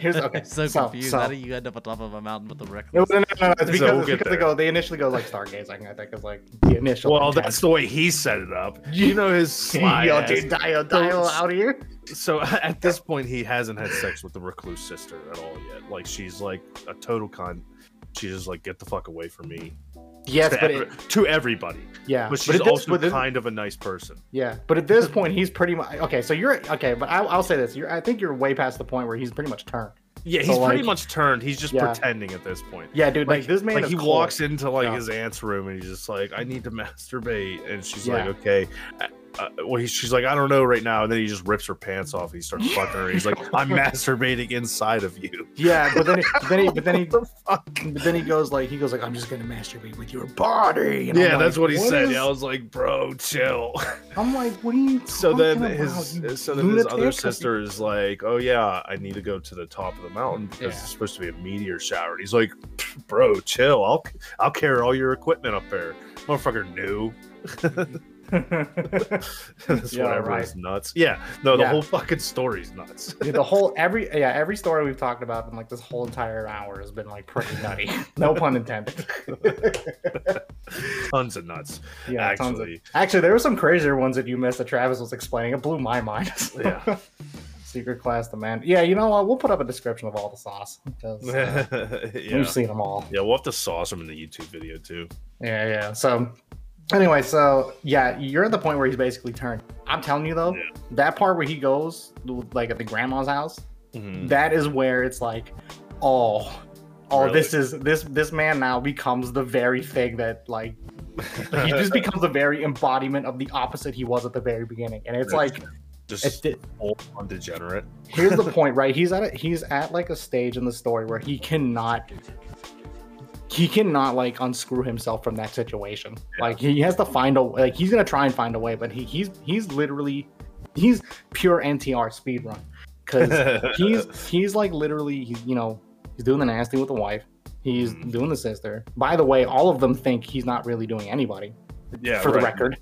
[SPEAKER 5] here's okay
[SPEAKER 1] so,
[SPEAKER 5] so,
[SPEAKER 1] confused.
[SPEAKER 5] so-
[SPEAKER 1] How do you end up on top of a mountain with a
[SPEAKER 5] no,
[SPEAKER 1] reckless?
[SPEAKER 5] no, no, no, no, It's
[SPEAKER 7] So
[SPEAKER 5] because,
[SPEAKER 7] we'll
[SPEAKER 5] it's
[SPEAKER 7] get
[SPEAKER 5] because they
[SPEAKER 7] there.
[SPEAKER 5] go. They initially go like stargazing. I think is like the initial.
[SPEAKER 7] Well,
[SPEAKER 5] intent.
[SPEAKER 7] that's the way he set it up. You know his sly
[SPEAKER 5] yo,
[SPEAKER 7] ass.
[SPEAKER 5] dude, dial, dial out here.
[SPEAKER 7] So at this point, he hasn't had sex with the recluse sister at all yet. Like she's like a total cunt. She's just like, get the fuck away from me.
[SPEAKER 5] Yes,
[SPEAKER 7] to,
[SPEAKER 5] but
[SPEAKER 7] ever-
[SPEAKER 5] it,
[SPEAKER 7] to everybody.
[SPEAKER 5] yeah,
[SPEAKER 7] But she's
[SPEAKER 5] at this-
[SPEAKER 7] also
[SPEAKER 5] but this-
[SPEAKER 7] kind of a nice person.
[SPEAKER 5] Yeah, but at this point, he's pretty much okay. So you're okay, but I'll, I'll say this: you're, I think you're way past the point where he's pretty much turned.
[SPEAKER 7] Yeah, he's
[SPEAKER 5] So,
[SPEAKER 7] pretty
[SPEAKER 5] like-
[SPEAKER 7] much turned. He's just
[SPEAKER 5] Yeah.
[SPEAKER 7] pretending at this point.
[SPEAKER 5] Yeah, dude, like,
[SPEAKER 7] Like,
[SPEAKER 5] this man,
[SPEAKER 7] like
[SPEAKER 5] is
[SPEAKER 7] he
[SPEAKER 5] cold.
[SPEAKER 7] walks into like
[SPEAKER 5] Yeah.
[SPEAKER 7] his aunt's room and he's just like, I need to masturbate, and she's
[SPEAKER 5] Yeah.
[SPEAKER 7] like, okay. Uh, well, he, she's like, I don't know right now, and then he just rips her pants off and he starts fucking her. He's like, I'm masturbating inside of you.
[SPEAKER 5] Yeah, but then, he, then he, but then he,
[SPEAKER 7] What the fuck?
[SPEAKER 5] but then he goes like, he goes like, I'm just gonna masturbate with your body. And I'm
[SPEAKER 7] yeah,
[SPEAKER 5] like,
[SPEAKER 7] that's what he said.
[SPEAKER 5] is-
[SPEAKER 7] Yeah, I was like, bro, chill.
[SPEAKER 5] I'm like, what are you?
[SPEAKER 7] So then
[SPEAKER 5] talking
[SPEAKER 7] his
[SPEAKER 5] about, you
[SPEAKER 7] so then his other
[SPEAKER 5] lunatic?
[SPEAKER 7] sister is like, oh yeah, I need to go to the top of the mountain because
[SPEAKER 5] Yeah.
[SPEAKER 7] it's supposed to be a meteor shower. And he's like, bro, chill. I'll I'll carry all your equipment up there. Motherfucker knew. That's
[SPEAKER 5] Yeah,
[SPEAKER 7] whatever
[SPEAKER 5] right.
[SPEAKER 7] is nuts. Yeah, no, the
[SPEAKER 5] Yeah.
[SPEAKER 7] whole fucking story's nuts.
[SPEAKER 5] Dude, the whole every yeah every story we've talked about in like this whole entire hour has been like pretty nutty. no pun intended.
[SPEAKER 7] Tons of nuts.
[SPEAKER 5] Yeah, tons of,
[SPEAKER 7] Actually.
[SPEAKER 5] actually, there were some crazier ones that you missed that Travis was explaining. It blew my mind.
[SPEAKER 7] Yeah.
[SPEAKER 5] Secret class demand. Yeah, you know what? We'll put up a description of all the sauce because uh,
[SPEAKER 7] yeah.
[SPEAKER 5] we've seen them all.
[SPEAKER 7] Yeah, we'll have to sauce him in the YouTube video too.
[SPEAKER 5] Yeah, yeah. So anyway, so yeah, you're at the point where he's basically turned. I'm telling you though,
[SPEAKER 7] Yeah.
[SPEAKER 5] that part where he goes like at the grandma's house,
[SPEAKER 7] Hmm.
[SPEAKER 5] that is where it's like, oh, oh,
[SPEAKER 7] Really?
[SPEAKER 5] this is this this man now becomes the very thing that like he just becomes the very embodiment of the opposite he was at the very beginning, and it's
[SPEAKER 7] That's
[SPEAKER 5] like it's
[SPEAKER 7] Just
[SPEAKER 5] the,
[SPEAKER 7] full on degenerate.
[SPEAKER 5] here's the point, right? He's at a, he's at like a stage in the story where he cannot he cannot like unscrew himself from that situation. Like he has to find a like he's gonna try and find a way, but he, he's he's literally he's pure NTR speedrun because he's he's like literally he's you know he's doing the nasty with the wife. He's
[SPEAKER 7] Mhm.
[SPEAKER 5] doing the sister. By the way, all of them think he's not really doing anybody.
[SPEAKER 7] yeah,
[SPEAKER 5] for the
[SPEAKER 7] right.
[SPEAKER 5] record,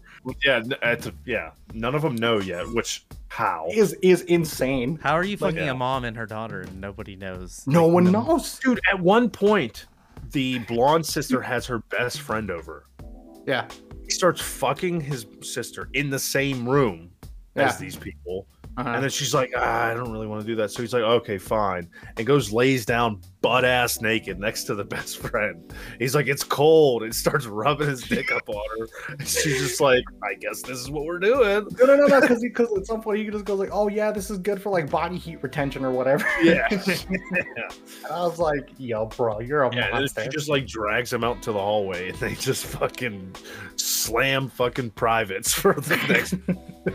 [SPEAKER 7] Yeah, n- at the- yeah. None of them know yet. Which how?
[SPEAKER 5] is is insane.
[SPEAKER 1] How are you
[SPEAKER 7] Like,
[SPEAKER 1] fucking
[SPEAKER 7] yeah.
[SPEAKER 1] a mom and her daughter and nobody knows?
[SPEAKER 5] No
[SPEAKER 1] Like,
[SPEAKER 5] one
[SPEAKER 1] the-
[SPEAKER 5] knows.
[SPEAKER 7] Dude, at one point, the blonde sister has her best friend over.
[SPEAKER 5] Yeah.
[SPEAKER 7] He starts fucking his sister in the same room as
[SPEAKER 5] Yeah.
[SPEAKER 7] these people,
[SPEAKER 5] Uh-huh.
[SPEAKER 7] and then she's like, ah, "I don't really want to do that." So he's like, "Okay, fine," and goes lays down butt ass naked next to the best friend. He's like, "It's cold," and starts rubbing his dick up on her. And she's just like, "I guess this is what we're doing."
[SPEAKER 5] No, no, no, no, because because at some point you can just go like, oh yeah, this is good for like body heat retention or whatever.
[SPEAKER 7] Yeah.
[SPEAKER 5] And I was like, yo, bro, you're a
[SPEAKER 7] Yeah, and then
[SPEAKER 5] monster.
[SPEAKER 7] she just like drags him out into the hallway, and they just fucking slam fucking privates for the next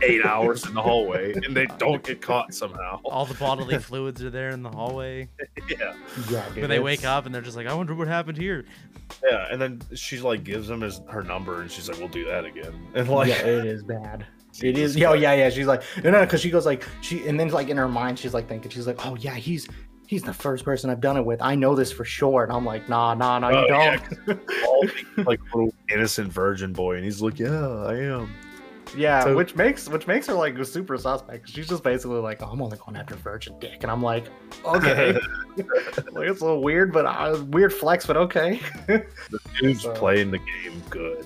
[SPEAKER 7] eight hours in the hallway, and they don't get caught somehow.
[SPEAKER 1] All the bodily fluids are there in the hallway.
[SPEAKER 7] Yeah,
[SPEAKER 5] yeah, dude,
[SPEAKER 1] When they wake
[SPEAKER 5] it's-
[SPEAKER 1] up and they're just like, I wonder what happened here.
[SPEAKER 7] yeah, and then she like gives him his her number, and she's like, "We'll do that again," and like,
[SPEAKER 5] yeah, it is bad. It
[SPEAKER 7] Jesus
[SPEAKER 5] is. Yo,
[SPEAKER 7] Christ.
[SPEAKER 5] yeah, yeah. She's like, no, no, because she goes like, she, and then like in her mind, she's like thinking, she's like, oh yeah, he's he's the first person I've done it with. I know this for sure. And I'm like, nah, nah, nah,
[SPEAKER 7] Oh,
[SPEAKER 5] you
[SPEAKER 7] yeah,
[SPEAKER 5] don't.
[SPEAKER 7] 'cause all the, like little innocent virgin boy, and he's like, "Yeah, I am."
[SPEAKER 5] Yeah,
[SPEAKER 7] So-
[SPEAKER 5] which makes which makes her like super suspect. 'cause She's just basically like, "Oh, I'm only going after virgin dick, and I'm like, okay, like it's a little weird, but uh, weird flex, but okay.
[SPEAKER 7] Dude's
[SPEAKER 5] So-
[SPEAKER 7] playing the game good.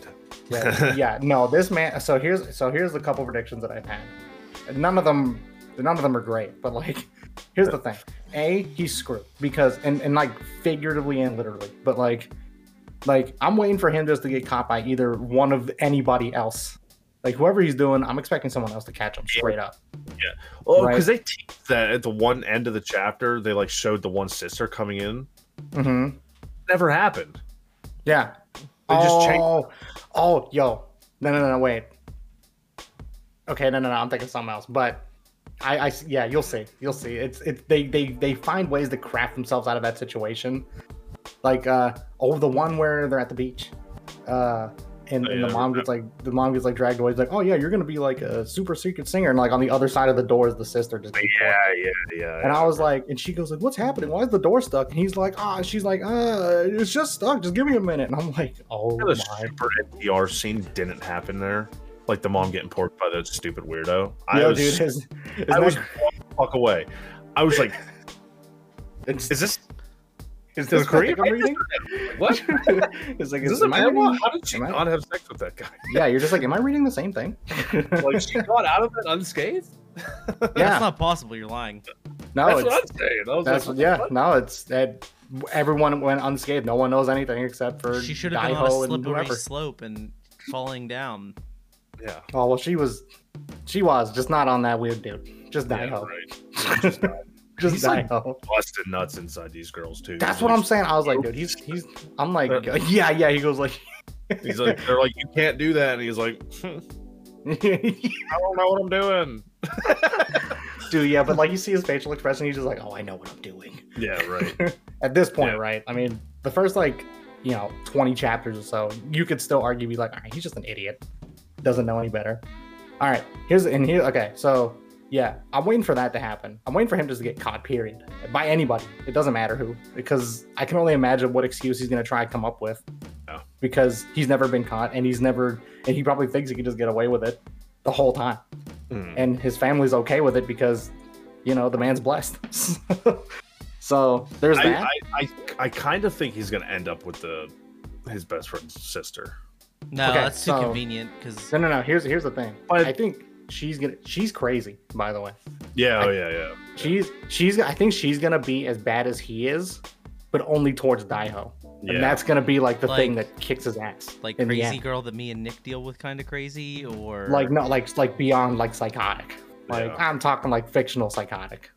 [SPEAKER 5] yeah, yeah, no, this man. So here's so here's the couple predictions that I've had. None of them, none of them are great. But like, here's the thing: a he's screwed because and and like figuratively and literally, but like Like I'm waiting for him just to get caught by either one of anybody else. Like whoever he's doing, I'm expecting someone else to catch him straight up.
[SPEAKER 7] Oh,
[SPEAKER 5] Right.
[SPEAKER 7] because they teased that at the one end of the chapter, they like showed the one sister coming in.
[SPEAKER 5] hmm
[SPEAKER 7] Never happened.
[SPEAKER 5] Yeah.
[SPEAKER 7] They just changed-
[SPEAKER 5] oh, oh, yo. No, no, no, no, wait. Okay, no, no, no. I'm thinking something else. But I, I, yeah, you'll see. You'll see. It's, it's, they, they, they find ways to craft themselves out of that situation. Like, uh, oh, the one where they're at the beach. Uh, and,
[SPEAKER 7] Oh,
[SPEAKER 5] and
[SPEAKER 7] yeah,
[SPEAKER 5] the mom
[SPEAKER 7] that-
[SPEAKER 5] gets like the mom gets like dragged away. It's like, oh yeah, you're gonna be like a super secret singer, and like on the other side of the door is the sister. Just
[SPEAKER 7] yeah, yeah.
[SPEAKER 5] and I was like, and she goes like, "What's happening? Why is the door stuck?" And he's like, "Ah," she's like, "Uh, it's just stuck. Just give me a minute." And I'm like, "Oh
[SPEAKER 7] the
[SPEAKER 5] my."
[SPEAKER 7] super NPR scene didn't happen there. Like the mom getting porked by that stupid weirdo. I
[SPEAKER 5] Yo,
[SPEAKER 7] was,
[SPEAKER 5] dude, his, his
[SPEAKER 7] I
[SPEAKER 5] neck-
[SPEAKER 7] was one fuck away. I was like,
[SPEAKER 5] it's-
[SPEAKER 7] is this
[SPEAKER 5] is this
[SPEAKER 7] the Korean
[SPEAKER 5] Korean I'm reading?
[SPEAKER 7] what?
[SPEAKER 5] it's like,
[SPEAKER 7] Is this
[SPEAKER 5] is,
[SPEAKER 7] a
[SPEAKER 5] am I
[SPEAKER 7] man?
[SPEAKER 5] reading?
[SPEAKER 7] How did she
[SPEAKER 5] am I-
[SPEAKER 7] not have sex with that guy?
[SPEAKER 5] Yeah, you're just like, am I reading the same thing?
[SPEAKER 7] Like she got out of it unscathed.
[SPEAKER 5] yeah,
[SPEAKER 6] That's not possible. You're lying.
[SPEAKER 5] no,
[SPEAKER 7] That's
[SPEAKER 5] Oh, it's,
[SPEAKER 7] what I'm saying. I was
[SPEAKER 5] that's
[SPEAKER 7] like,
[SPEAKER 5] yeah,
[SPEAKER 7] what?
[SPEAKER 5] no, it's that everyone went unscathed. No one knows anything except for
[SPEAKER 6] She should have been on
[SPEAKER 5] Daiho
[SPEAKER 6] a
[SPEAKER 5] and
[SPEAKER 6] slippery
[SPEAKER 5] whoever.
[SPEAKER 6] slope and falling down.
[SPEAKER 7] yeah,
[SPEAKER 5] Oh well, she was, she was just not on that weird dude. Just
[SPEAKER 7] yeah,
[SPEAKER 5] die ho,
[SPEAKER 7] right.
[SPEAKER 5] just
[SPEAKER 7] He's
[SPEAKER 5] die
[SPEAKER 7] like-
[SPEAKER 5] ho.
[SPEAKER 7] Busted nuts inside these girls too.
[SPEAKER 5] That's what I'm saying. I was like, dude, he's he's. I'm like, yeah, yeah. He goes like,
[SPEAKER 7] He's like, they're like, you can't do that, and he's like,
[SPEAKER 5] dude,
[SPEAKER 7] I don't know what I'm doing.
[SPEAKER 5] yeah. But like, you see his facial expression. He's just like, oh, I know what I'm doing.
[SPEAKER 7] Yeah, right.
[SPEAKER 5] At this point,
[SPEAKER 7] Yeah.
[SPEAKER 5] right? I mean, the first like, you know, 20 chapters or so, you could still argue, be like, all right, he's just an idiot, doesn't know any better. All right, here's and here. Okay, so yeah, I'm waiting for that to happen. I'm waiting for him just to get caught. Period. By anybody, it doesn't matter who, because I can only imagine what excuse he's gonna try and come up with.
[SPEAKER 7] Yeah.
[SPEAKER 5] Because he's never been caught, and he's never, and he probably thinks he can just get away with it the whole time.
[SPEAKER 7] Mm.
[SPEAKER 5] and his family's okay with it because you know the man's blessed so there's
[SPEAKER 7] I,
[SPEAKER 5] that
[SPEAKER 7] I, I, I kind of think he's gonna end up with the his best friend's sister.
[SPEAKER 6] No,
[SPEAKER 5] Okay,
[SPEAKER 6] that's too
[SPEAKER 5] so-
[SPEAKER 6] convenient because
[SPEAKER 5] no no no here's here's the thing
[SPEAKER 7] But-
[SPEAKER 5] i think she's gonna she's crazy by the way
[SPEAKER 7] Yeah,
[SPEAKER 5] I-
[SPEAKER 7] oh, yeah, yeah.
[SPEAKER 5] she's she's i think she's gonna be as bad as he is but only towards daiho
[SPEAKER 7] Yeah.
[SPEAKER 5] and that's gonna be like the thing
[SPEAKER 6] Like-
[SPEAKER 5] that kicks his ass
[SPEAKER 6] like
[SPEAKER 5] in the
[SPEAKER 6] crazy
[SPEAKER 5] end.
[SPEAKER 6] girl that me and Nick deal with, kind of crazy, or
[SPEAKER 5] like no like like beyond like psychotic like
[SPEAKER 7] Yeah.
[SPEAKER 5] i'm talking like fictional psychotic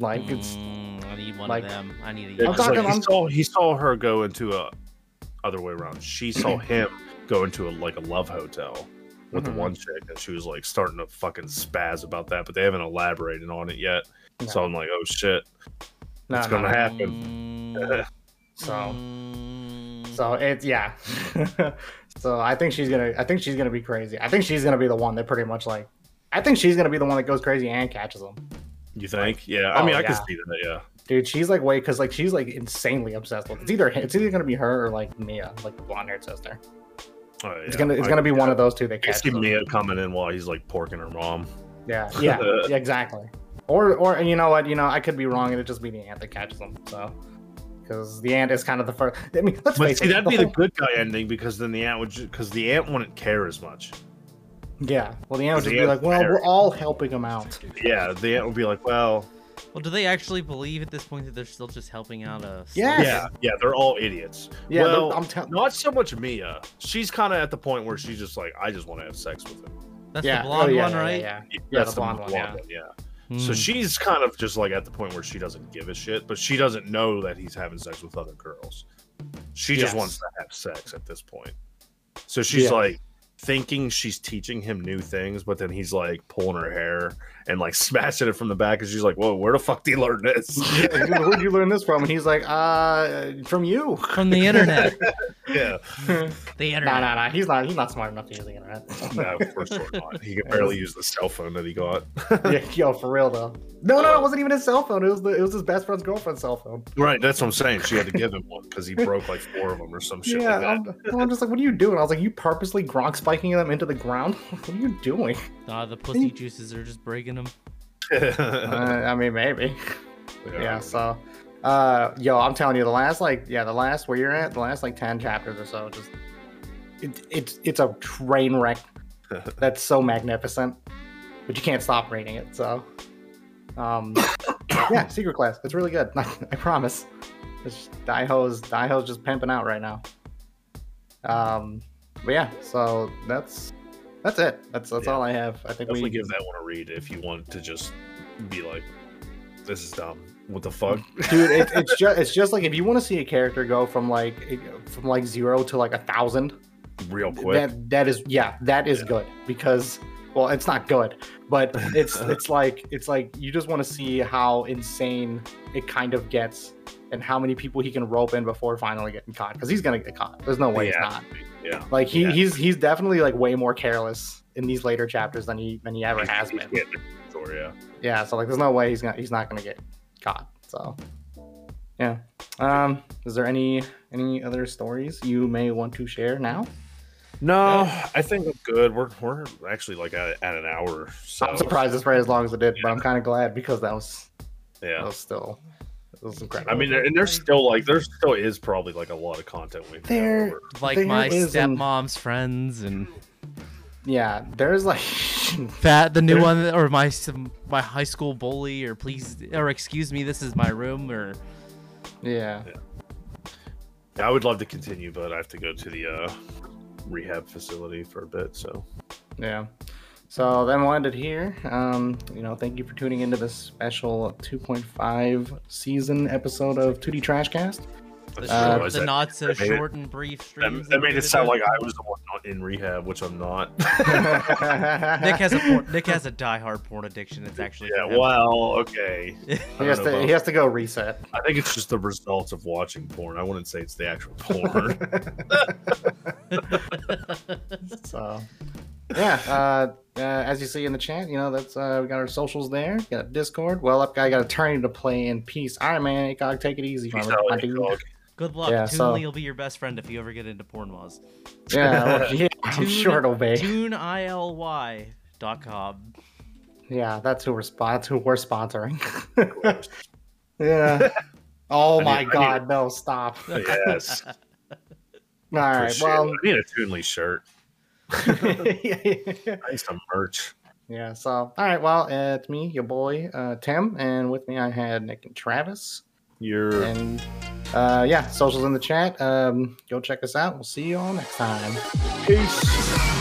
[SPEAKER 5] like it's
[SPEAKER 6] Mm, I need one
[SPEAKER 5] like-
[SPEAKER 6] of them. I need a.
[SPEAKER 7] Yeah,
[SPEAKER 5] I'm
[SPEAKER 7] 'cause, like,
[SPEAKER 5] talking-
[SPEAKER 7] he
[SPEAKER 5] I'm-
[SPEAKER 7] saw he saw her go into a other way around. She saw him go into a like a love hotel with
[SPEAKER 5] Mhm.
[SPEAKER 7] the one chick, and she was like starting to fucking spaz about that, but they haven't elaborated on it yet. So
[SPEAKER 5] No.
[SPEAKER 7] I'm like, oh shit,
[SPEAKER 5] no,
[SPEAKER 7] it's
[SPEAKER 5] no, no.
[SPEAKER 7] gonna happen.
[SPEAKER 5] so
[SPEAKER 6] Mm,
[SPEAKER 5] So it's yeah. so I think she's gonna. I think she's gonna be crazy. I think she's gonna be the one that pretty much like. I think she's gonna be the one that goes crazy and catches him,
[SPEAKER 7] You think? Yeah, I
[SPEAKER 5] Oh,
[SPEAKER 7] mean, I can
[SPEAKER 5] yeah.
[SPEAKER 7] see that. Yeah,
[SPEAKER 5] dude. She's like way because like she's like insanely obsessed with. It's either it's either gonna be her or like Mia, like the blonde haired sister.
[SPEAKER 7] Oh, yeah.
[SPEAKER 5] It's gonna it's
[SPEAKER 7] I-
[SPEAKER 5] gonna be one of those two that
[SPEAKER 7] I can
[SPEAKER 5] catches
[SPEAKER 7] see
[SPEAKER 5] him.
[SPEAKER 7] Mia coming in while he's like porking her mom.
[SPEAKER 5] Yeah, yeah, yeah, exactly. Or or and you know what? You know I could be wrong. It'd just be the ant that catches him. So because the ant is kind of the first. I mean, let's
[SPEAKER 7] But
[SPEAKER 5] face
[SPEAKER 7] see,
[SPEAKER 5] it.
[SPEAKER 7] that'd
[SPEAKER 5] the
[SPEAKER 7] be the
[SPEAKER 5] whole-
[SPEAKER 7] good guy ending because then the ant would because the ant wouldn't care as much.
[SPEAKER 5] yeah. Well, the ant would
[SPEAKER 7] The
[SPEAKER 5] just be
[SPEAKER 7] ant's
[SPEAKER 5] like, well,
[SPEAKER 7] very-
[SPEAKER 5] we're all helping him out.
[SPEAKER 7] Yeah, the ant would be like, well,
[SPEAKER 6] Well, do they actually believe at this point that they're still just helping out a? slave?
[SPEAKER 5] Yes.
[SPEAKER 7] yeah, yeah, they're all idiots.
[SPEAKER 5] Yeah, they're-
[SPEAKER 7] Well,
[SPEAKER 5] I'm telling.
[SPEAKER 7] Not so much Mia. She's kind of at the point where she's just like, I just want to have sex with him.
[SPEAKER 6] That's
[SPEAKER 5] yeah.
[SPEAKER 6] the blonde
[SPEAKER 5] oh, yeah,
[SPEAKER 6] one,
[SPEAKER 5] yeah, yeah,
[SPEAKER 6] right?
[SPEAKER 5] yeah. Yeah,
[SPEAKER 7] That's
[SPEAKER 5] the blonde one, yeah.
[SPEAKER 7] So
[SPEAKER 1] Hmm.
[SPEAKER 6] Mm.
[SPEAKER 7] she's kind of just like at the point where she doesn't give a shit, but she doesn't know that he's having sex with other girls. She just
[SPEAKER 5] Yes.
[SPEAKER 7] wants to have sex at this point. So she's
[SPEAKER 5] Yeah.
[SPEAKER 7] like thinking she's teaching him new things, but then he's like pulling her hair and like smashing it from the back, and she's like, "Whoa, where the fuck did he learn this?"
[SPEAKER 5] Yeah, dude, where'd you learn this from? And he's like, uh, from you.
[SPEAKER 6] from the internet.
[SPEAKER 7] yeah,
[SPEAKER 6] the
[SPEAKER 5] Nah,
[SPEAKER 6] internet.
[SPEAKER 5] nah, nah. He's not. He's not smart enough to use the internet.
[SPEAKER 7] no, for sure not. He could barely use the cell phone that he got.
[SPEAKER 5] yeah, yo, for real though. No, no, it wasn't even his cell phone. It was the. It was his best friend's girlfriend's cell phone.
[SPEAKER 7] Right, that's what I'm saying. She had to give him one because he broke like four of them or some shit
[SPEAKER 5] yeah,
[SPEAKER 7] like that.
[SPEAKER 5] I'm, well, I'm just like, what are you doing? I was like, you purposely Gronk spiking them into the ground. what are you doing?
[SPEAKER 6] Nah, the pussy juices are just breaking them.
[SPEAKER 7] Uh-huh.
[SPEAKER 5] uh, I mean, maybe.
[SPEAKER 7] yeah.
[SPEAKER 5] yeah so uh yo i'm telling you the last like yeah the last where you're at the last like 10 chapters or so just it, it's it's a train wreck that's so magnificent but you can't stop reading it so um yeah secret class it's really good i, promise it's just daiho's daiho's just pimping out right now Um, but yeah, so that's that's it. That's that's
[SPEAKER 7] Yeah.
[SPEAKER 5] all I have. I think
[SPEAKER 7] Definitely
[SPEAKER 5] we
[SPEAKER 7] give that one a read if you want to just be like, this is dumb. What the fuck?
[SPEAKER 5] dude it, it's just it's just like if you want to see a character go from like eh, from like zero to like a thousand
[SPEAKER 7] Real quick.
[SPEAKER 5] that that is yeah that is
[SPEAKER 7] Yeah.
[SPEAKER 5] good because well it's not good but it's it's like it's like you just want to see how insane it kind of gets and how many people he can rope in before finally getting caught because he's gonna get caught there's no way he's
[SPEAKER 7] Yeah.
[SPEAKER 5] not
[SPEAKER 7] yeah.
[SPEAKER 5] like he,
[SPEAKER 7] Yeah.
[SPEAKER 5] he's he's definitely like way more careless in these later chapters than he than he ever has
[SPEAKER 7] He's
[SPEAKER 5] been
[SPEAKER 7] getting it. Sure, yeah.
[SPEAKER 5] yeah so like there's no way he's gonna he's not gonna get caught so yeah um is there any any other stories you may want to share now
[SPEAKER 7] No, I think I'm good. We're we're actually like at, at an hour. So
[SPEAKER 5] i'm surprised it's right as long as it did but i'm kind of glad because that was that
[SPEAKER 7] Yeah.
[SPEAKER 5] was still it was incredible
[SPEAKER 7] I mean, there- and there's still like there still is probably like a lot of content we haven't
[SPEAKER 5] There-
[SPEAKER 7] covered.
[SPEAKER 1] Like
[SPEAKER 5] There
[SPEAKER 1] my
[SPEAKER 5] is um, an-
[SPEAKER 1] stepmom's friends and
[SPEAKER 5] yeah there's like
[SPEAKER 1] that the new
[SPEAKER 7] There-
[SPEAKER 1] one or my s- my high school bully or please or excuse me this is my room or
[SPEAKER 5] yeah
[SPEAKER 7] I would love to continue, but I have to go to the uh, rehab facility for a bit. So
[SPEAKER 5] yeah so then we'll end it here um you know thank you for tuning into this special 2.5 season episode of 2d trashcast
[SPEAKER 1] the,
[SPEAKER 7] I just
[SPEAKER 5] Uh,
[SPEAKER 1] short,
[SPEAKER 7] realized
[SPEAKER 1] the
[SPEAKER 7] that-
[SPEAKER 1] not so
[SPEAKER 7] that made it-
[SPEAKER 1] short and brief streams.
[SPEAKER 7] that, that
[SPEAKER 1] we
[SPEAKER 7] made
[SPEAKER 1] did
[SPEAKER 7] it sound
[SPEAKER 1] today.
[SPEAKER 7] like I was the one not in rehab, which I'm not.
[SPEAKER 1] Nick has a porn, Nick has a diehard porn addiction. It's actually
[SPEAKER 7] yeah.
[SPEAKER 1] from him.
[SPEAKER 7] Well, okay.
[SPEAKER 5] he has to he has to go reset
[SPEAKER 7] I think it's just the results of watching porn. I wouldn't say it's the actual porn.
[SPEAKER 5] So, yeah, uh, uh, as you see in the chat, you know that's uh, we got our socials there. We got Discord. Well, up guy got a turn to play in peace. All right, man, Acock, take it easy.
[SPEAKER 7] Peace
[SPEAKER 5] my-
[SPEAKER 7] out,
[SPEAKER 5] my
[SPEAKER 7] Nick
[SPEAKER 5] dude.
[SPEAKER 7] Dog.
[SPEAKER 1] Good luck.
[SPEAKER 5] Yeah,
[SPEAKER 1] Toonly
[SPEAKER 5] so-
[SPEAKER 1] will be your best friend if you ever get into porn laws.
[SPEAKER 5] Yeah, well, yeah, I'm
[SPEAKER 1] Tune-
[SPEAKER 5] sure it'll be.
[SPEAKER 1] Toonily dot com.
[SPEAKER 5] Yeah, that's who we're spon- that's who we're sponsoring. yeah. Oh
[SPEAKER 7] I
[SPEAKER 5] my
[SPEAKER 7] need- I
[SPEAKER 5] God, no, stop. All
[SPEAKER 7] yes. for
[SPEAKER 5] right,
[SPEAKER 7] sure.
[SPEAKER 5] well,
[SPEAKER 7] I need a Toonly shirt. I need some merch.
[SPEAKER 5] yeah. So, all right, well, uh, it's me, your boy, uh, Tim, and with me I had Nick and Travis.
[SPEAKER 7] You're
[SPEAKER 5] And uh, yeah, socials in the chat. Um, go check us out. We'll see you all next time.
[SPEAKER 7] peace.